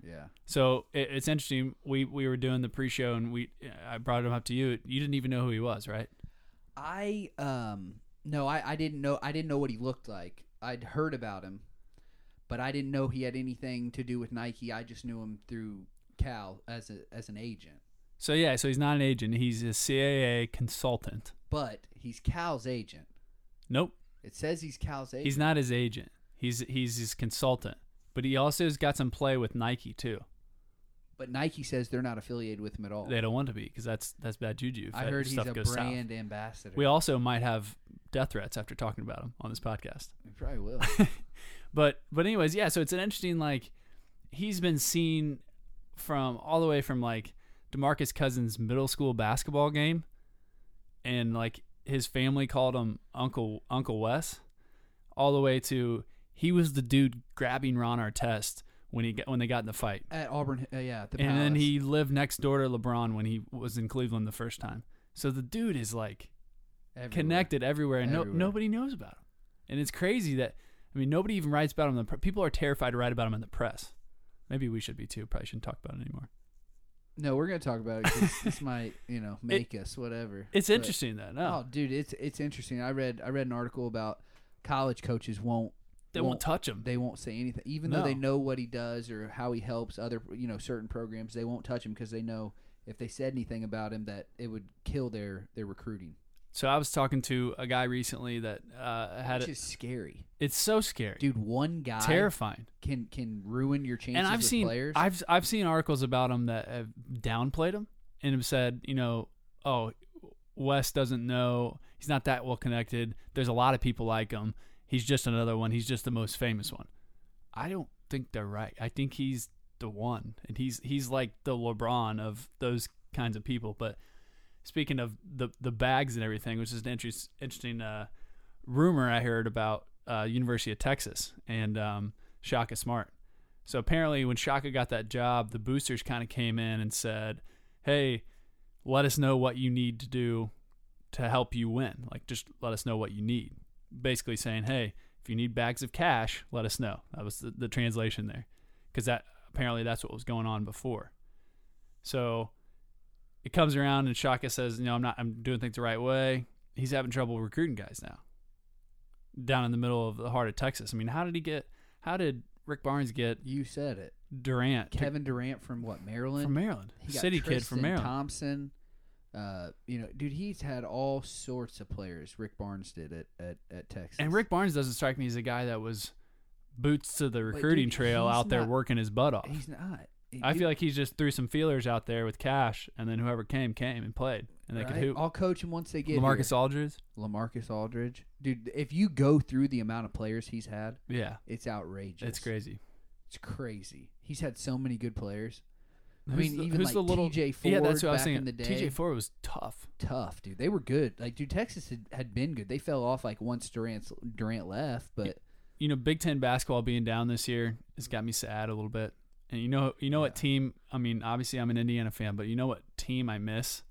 [SPEAKER 2] Yeah.
[SPEAKER 1] So it, it's interesting. We we were doing the pre-show and we I brought him up to you. You didn't even know who he was, right?
[SPEAKER 2] I um no, I, I didn't know I didn't know what he looked like. I'd heard about him, but I didn't know he had anything to do with Nike. I just knew him through Cal as a as an agent.
[SPEAKER 1] So yeah, so he's not an agent. He's a CAA consultant.
[SPEAKER 2] But he's Cal's agent.
[SPEAKER 1] Nope,
[SPEAKER 2] It says he's Cal's agent.
[SPEAKER 1] he's not his agent. He's he's his consultant. But he also has got some play with Nike too.
[SPEAKER 2] but Nike says they're not affiliated with him at all.
[SPEAKER 1] They don't want to be because that's that's bad juju. if
[SPEAKER 2] Oh. I
[SPEAKER 1] that
[SPEAKER 2] heard he's
[SPEAKER 1] stuff
[SPEAKER 2] a
[SPEAKER 1] goes south.
[SPEAKER 2] brand ambassador.
[SPEAKER 1] We also might have death threats after talking about him on this podcast.
[SPEAKER 2] We probably will.
[SPEAKER 1] but but anyways yeah so it's an interesting like he's been seen from all the way from like demarcus cousins middle school basketball game and like his family called him uncle uncle wes all the way to he was the dude grabbing ron artest when he got, when they got in the fight
[SPEAKER 2] at Auburn, uh, yeah, at the
[SPEAKER 1] and then
[SPEAKER 2] Palace.
[SPEAKER 1] he lived next door to lebron when he was in cleveland the first time so the dude is like
[SPEAKER 2] Everywhere.
[SPEAKER 1] connected everywhere, and no,
[SPEAKER 2] Everywhere.
[SPEAKER 1] nobody knows about him. And it's crazy that I mean nobody even writes about him. In the pre- people are terrified to write about him in the press. Maybe we should be too. Probably shouldn't talk about it anymore.
[SPEAKER 2] No, we're gonna talk about it. 'cause this might, you know, make us whatever.
[SPEAKER 1] It's
[SPEAKER 2] But-
[SPEAKER 1] interesting though.
[SPEAKER 2] Oh,
[SPEAKER 1] No,
[SPEAKER 2] dude, it's it's interesting. I read I read an article about college coaches won't
[SPEAKER 1] they won't touch him.
[SPEAKER 2] they won't say anything, even
[SPEAKER 1] No.
[SPEAKER 2] though they know what he does or how he helps other you know certain programs. They won't touch him because they know if they said anything about him that it would kill their their recruiting,
[SPEAKER 1] so I was talking to a guy recently that uh, had
[SPEAKER 2] which
[SPEAKER 1] it.
[SPEAKER 2] is scary,
[SPEAKER 1] It's so scary,
[SPEAKER 2] dude. One guy
[SPEAKER 1] terrifying.
[SPEAKER 2] can can ruin your chances.
[SPEAKER 1] And I've
[SPEAKER 2] with
[SPEAKER 1] seen
[SPEAKER 2] players.
[SPEAKER 1] I've I've seen articles about him that have downplayed him and have said you know oh Wes doesn't know he's not that well connected. There's a lot of people like him. He's just another one. He's just the most famous one. I don't think they're right. I think he's the one, and he's he's like the LeBron of those kinds of people. But speaking of the the bags and everything, which is an interest, interesting uh, rumor I heard about uh, University of Texas and um, Shaka Smart. So apparently, when Shaka got that job, the boosters kind of came in and said, "Hey, let us know what you need to do to help you win. Like, just let us know what you need." Basically, saying, "Hey, if you need bags of cash, let us know." That was the, the translation there, because that apparently that's what was going on before. So it comes around, and Shaka says, "You know, I'm not. I'm doing things the right way." He's having trouble recruiting guys now down in the middle of the heart of Texas. I mean, how did he get? How did Rick Barnes get
[SPEAKER 2] you said it,
[SPEAKER 1] Durant to-
[SPEAKER 2] Kevin Durant from what Maryland?
[SPEAKER 1] from Maryland,
[SPEAKER 2] He got
[SPEAKER 1] city kid
[SPEAKER 2] Tristan
[SPEAKER 1] from Maryland?
[SPEAKER 2] Thompson. Uh, you know, dude, he's had all sorts of players. Rick Barnes did at at, at Texas.
[SPEAKER 1] And Rick Barnes doesn't strike me as a guy that was boots to the recruiting
[SPEAKER 2] dude,
[SPEAKER 1] trail
[SPEAKER 2] he's
[SPEAKER 1] out there
[SPEAKER 2] not-
[SPEAKER 1] working his butt off.
[SPEAKER 2] he's not. He-
[SPEAKER 1] I feel like he just threw some feelers out there with cash, and then whoever came came and played, and they could
[SPEAKER 2] right?
[SPEAKER 1] hoop.
[SPEAKER 2] I'll coach him once they get
[SPEAKER 1] Lamarcus
[SPEAKER 2] Lamarcus
[SPEAKER 1] Aldridge,
[SPEAKER 2] Lamarcus Aldridge, dude. If you go through the amount of players he's had,
[SPEAKER 1] yeah,
[SPEAKER 2] it's outrageous.
[SPEAKER 1] it's crazy.
[SPEAKER 2] It's crazy. He's had so many good players. I
[SPEAKER 1] Who's
[SPEAKER 2] mean,
[SPEAKER 1] the-
[SPEAKER 2] even
[SPEAKER 1] who's
[SPEAKER 2] like
[SPEAKER 1] the little
[SPEAKER 2] TJ Ford
[SPEAKER 1] yeah, that's what
[SPEAKER 2] back
[SPEAKER 1] I was saying.
[SPEAKER 2] in the day.
[SPEAKER 1] TJ Ford was tough.
[SPEAKER 2] tough, dude. They were good. Like, dude, Texas had, had been good. They fell off like once Durant Durant left, but
[SPEAKER 1] You know, Big Ten basketball being down this year has got me sad a little bit. And you know, you know what team? I mean, obviously I'm an Indiana fan, but you know what team I miss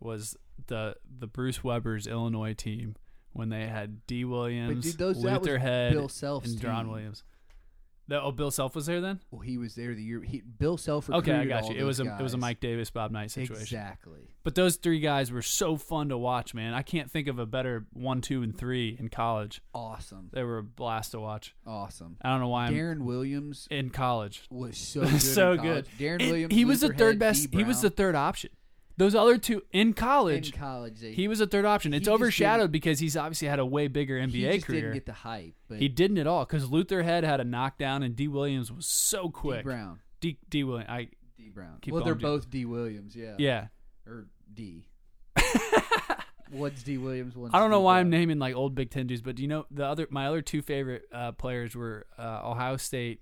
[SPEAKER 1] was the the Bruce Weber's Illinois team when they had D Williams,
[SPEAKER 2] dude, those- that was
[SPEAKER 1] Luther Head,
[SPEAKER 2] Bill Self's
[SPEAKER 1] and John
[SPEAKER 2] team.
[SPEAKER 1] Williams. That, oh, Bill Self was there then.
[SPEAKER 2] well, he was there the year he Bill Self
[SPEAKER 1] Okay,
[SPEAKER 2] recruited
[SPEAKER 1] I got
[SPEAKER 2] all
[SPEAKER 1] you. It
[SPEAKER 2] those
[SPEAKER 1] was a it was a
[SPEAKER 2] guys.
[SPEAKER 1] Mike Davis, Bob Knight situation.
[SPEAKER 2] Exactly.
[SPEAKER 1] But those three guys were so fun to watch, man. I can't think of a better one, two, and three in college.
[SPEAKER 2] Awesome.
[SPEAKER 1] They were a blast to watch.
[SPEAKER 2] Awesome.
[SPEAKER 1] I don't know why I'm
[SPEAKER 2] Darren Williams
[SPEAKER 1] in college.
[SPEAKER 2] was so good.
[SPEAKER 1] so
[SPEAKER 2] in college.
[SPEAKER 1] good.
[SPEAKER 2] Darren
[SPEAKER 1] It-
[SPEAKER 2] Williams.
[SPEAKER 1] he was the
[SPEAKER 2] Luther
[SPEAKER 1] third
[SPEAKER 2] Head,
[SPEAKER 1] best.
[SPEAKER 2] D.
[SPEAKER 1] He was the
[SPEAKER 2] Brown.
[SPEAKER 1] third option. Those other two in college.
[SPEAKER 2] in college. They,
[SPEAKER 1] he was a third option. It's
[SPEAKER 2] just
[SPEAKER 1] overshadowed
[SPEAKER 2] didn't-
[SPEAKER 1] because he's obviously had a way bigger NBA
[SPEAKER 2] he just
[SPEAKER 1] career.
[SPEAKER 2] didn't get the hype, but
[SPEAKER 1] he didn't at all because Luther Head had a knockdown and D Williams was so quick.
[SPEAKER 2] D. Brown.
[SPEAKER 1] D, D Williams. I
[SPEAKER 2] D. Brown.
[SPEAKER 1] Keep
[SPEAKER 2] well, they're
[SPEAKER 1] going, dude.
[SPEAKER 2] both D. Williams. Yeah.
[SPEAKER 1] yeah.
[SPEAKER 2] Or D. What's D. Williams? One's
[SPEAKER 1] I don't know
[SPEAKER 2] D.
[SPEAKER 1] why I'm
[SPEAKER 2] Brown.
[SPEAKER 1] naming like old Big Ten dudes, but do you know the other my other two favorite uh, players were uh, Ohio State.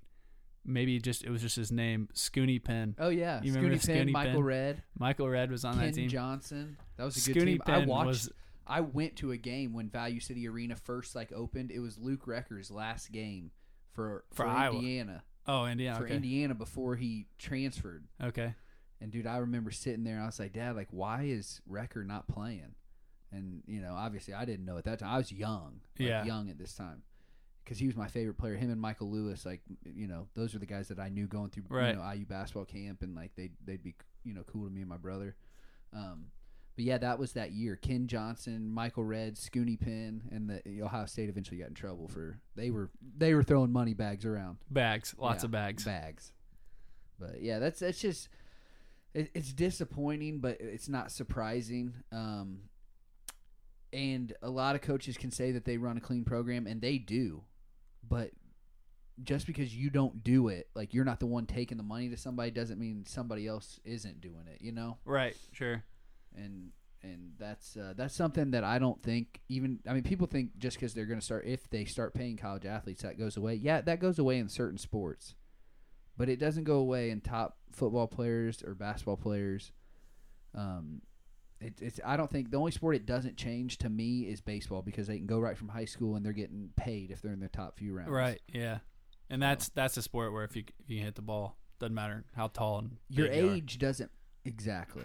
[SPEAKER 1] Maybe just it was just his name, Scooney Penn.
[SPEAKER 2] Oh yeah,
[SPEAKER 1] You remember
[SPEAKER 2] Scooney Penn,
[SPEAKER 1] Scooney
[SPEAKER 2] Michael
[SPEAKER 1] Penn?
[SPEAKER 2] Red,
[SPEAKER 1] Michael Red was on
[SPEAKER 2] Ken
[SPEAKER 1] that team.
[SPEAKER 2] Johnson. That was a good
[SPEAKER 1] Scooney
[SPEAKER 2] team. I
[SPEAKER 1] Penn
[SPEAKER 2] watched.
[SPEAKER 1] was-
[SPEAKER 2] I went to a game when Value City Arena first like opened. It was Luke Recker's last game for
[SPEAKER 1] For
[SPEAKER 2] for,
[SPEAKER 1] Iowa.
[SPEAKER 2] Indiana
[SPEAKER 1] oh, Indiana.
[SPEAKER 2] for
[SPEAKER 1] okay.
[SPEAKER 2] Indiana before he transferred.
[SPEAKER 1] Okay.
[SPEAKER 2] And dude, I remember sitting there and I was like, Dad, like why is Recker not playing? And you know, obviously, I didn't know at that time. I was young, like,
[SPEAKER 1] Yeah.
[SPEAKER 2] young at this time. Because he was my favorite player, him and Michael Lewis, like you know, those are the guys that I knew going through
[SPEAKER 1] Right.
[SPEAKER 2] you know, IU basketball camp, and like they they'd be you know cool to me and my brother. Um, but yeah, that was that year. Ken Johnson, Michael Red, Scooney Penn, and the Ohio State eventually got in trouble for they were they were throwing money bags around.
[SPEAKER 1] Bags. Lots
[SPEAKER 2] Yeah,
[SPEAKER 1] of bags.
[SPEAKER 2] Bags. But yeah, that's that's just it, it's disappointing, but it's not surprising. Um, and a lot of coaches can say that they run a clean program, and they do, but just because you don't do it, like you're not the one taking the money to somebody, doesn't mean somebody else isn't doing it. You know,
[SPEAKER 1] Right. Sure.
[SPEAKER 2] and and that's uh, that's something that I don't think even I mean people think just because they're going to start if they start paying college athletes that goes away. Yeah, that goes away in certain sports, but it doesn't go away in top football players or basketball players. Um, it, it's I don't think the only sport it doesn't change to me is baseball because they can go right from high school and they're getting paid if they're in the top few rounds.
[SPEAKER 1] Right. Yeah. And that's that's a sport where if you if you hit the ball, doesn't matter how tall and big
[SPEAKER 2] Your
[SPEAKER 1] you are.
[SPEAKER 2] age doesn't exactly.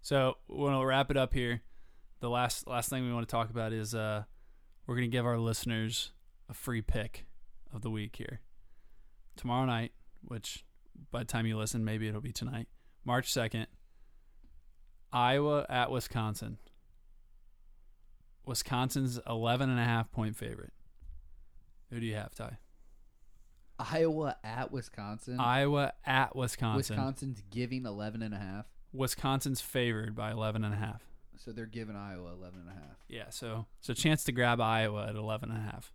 [SPEAKER 1] So we'll wrap it up here. The last last thing we want to talk about is uh, we're gonna give our listeners a free pick of the week here tomorrow night. Which by the time you listen, maybe it'll be tonight, March second. Iowa at Wisconsin. Wisconsin's 11 and a half point favorite. Who do you have, Ty?
[SPEAKER 2] Iowa at Wisconsin.
[SPEAKER 1] Iowa at Wisconsin.
[SPEAKER 2] Wisconsin's giving 11 and a half.
[SPEAKER 1] Wisconsin's favored by 11 and a half.
[SPEAKER 2] So they're giving Iowa 11 and a half.
[SPEAKER 1] Yeah, so so chance to grab Iowa at 11 and a half.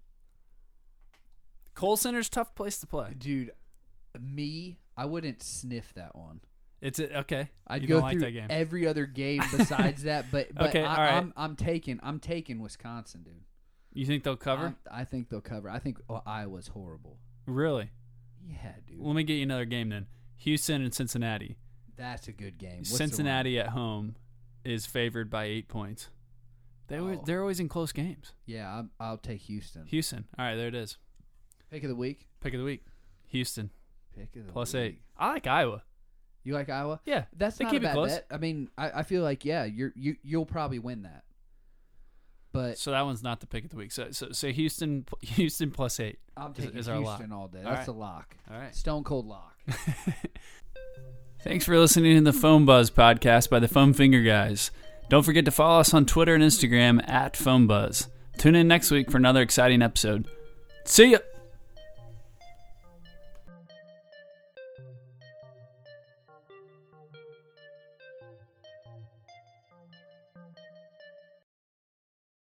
[SPEAKER 1] Cole Center's tough place to play.
[SPEAKER 2] Uh, Dude, me, I wouldn't sniff that one.
[SPEAKER 1] It's a, okay.
[SPEAKER 2] I'd
[SPEAKER 1] you
[SPEAKER 2] go
[SPEAKER 1] don't like
[SPEAKER 2] through
[SPEAKER 1] that game.
[SPEAKER 2] every other game besides that, but, but
[SPEAKER 1] Okay,
[SPEAKER 2] I,
[SPEAKER 1] all right.
[SPEAKER 2] I'm I'm taking I'm taking Wisconsin, dude.
[SPEAKER 1] you think they'll cover?
[SPEAKER 2] I'm- I, think they'll cover. I think oh, Iowa's horrible.
[SPEAKER 1] really?
[SPEAKER 2] Yeah, dude,
[SPEAKER 1] Let me get you another game then. Houston and Cincinnati.
[SPEAKER 2] that's a good game. What's the line?
[SPEAKER 1] Cincinnati at home is favored by 8 points. They were
[SPEAKER 2] Oh.
[SPEAKER 1] they're always in close games.
[SPEAKER 2] Yeah, I'm, I'll take Houston.
[SPEAKER 1] Houston. All right, there it is.
[SPEAKER 2] Pick of the week.
[SPEAKER 1] Pick of the week. Houston
[SPEAKER 2] Pick of the
[SPEAKER 1] plus
[SPEAKER 2] week.
[SPEAKER 1] 8. I like Iowa.
[SPEAKER 2] You like Iowa?
[SPEAKER 1] Yeah.
[SPEAKER 2] That's
[SPEAKER 1] they
[SPEAKER 2] not
[SPEAKER 1] keep
[SPEAKER 2] a bad
[SPEAKER 1] it close.
[SPEAKER 2] bet. I mean, I, I feel like yeah, you're you you'll probably win that. But
[SPEAKER 1] So that one's not the pick of the week. So so, so Houston Houston plus 8.
[SPEAKER 2] I'm
[SPEAKER 1] is-
[SPEAKER 2] taking
[SPEAKER 1] is our lock.
[SPEAKER 2] Houston all day.
[SPEAKER 1] All
[SPEAKER 2] That's
[SPEAKER 1] right.
[SPEAKER 2] a lock.
[SPEAKER 1] All right.
[SPEAKER 2] Stone cold lock.
[SPEAKER 1] Thanks for listening to the Foam Buzz podcast by the Foam Finger Guys. Don't forget to follow us on Twitter and Instagram at Foam Buzz. Tune in next week for another exciting episode. See ya!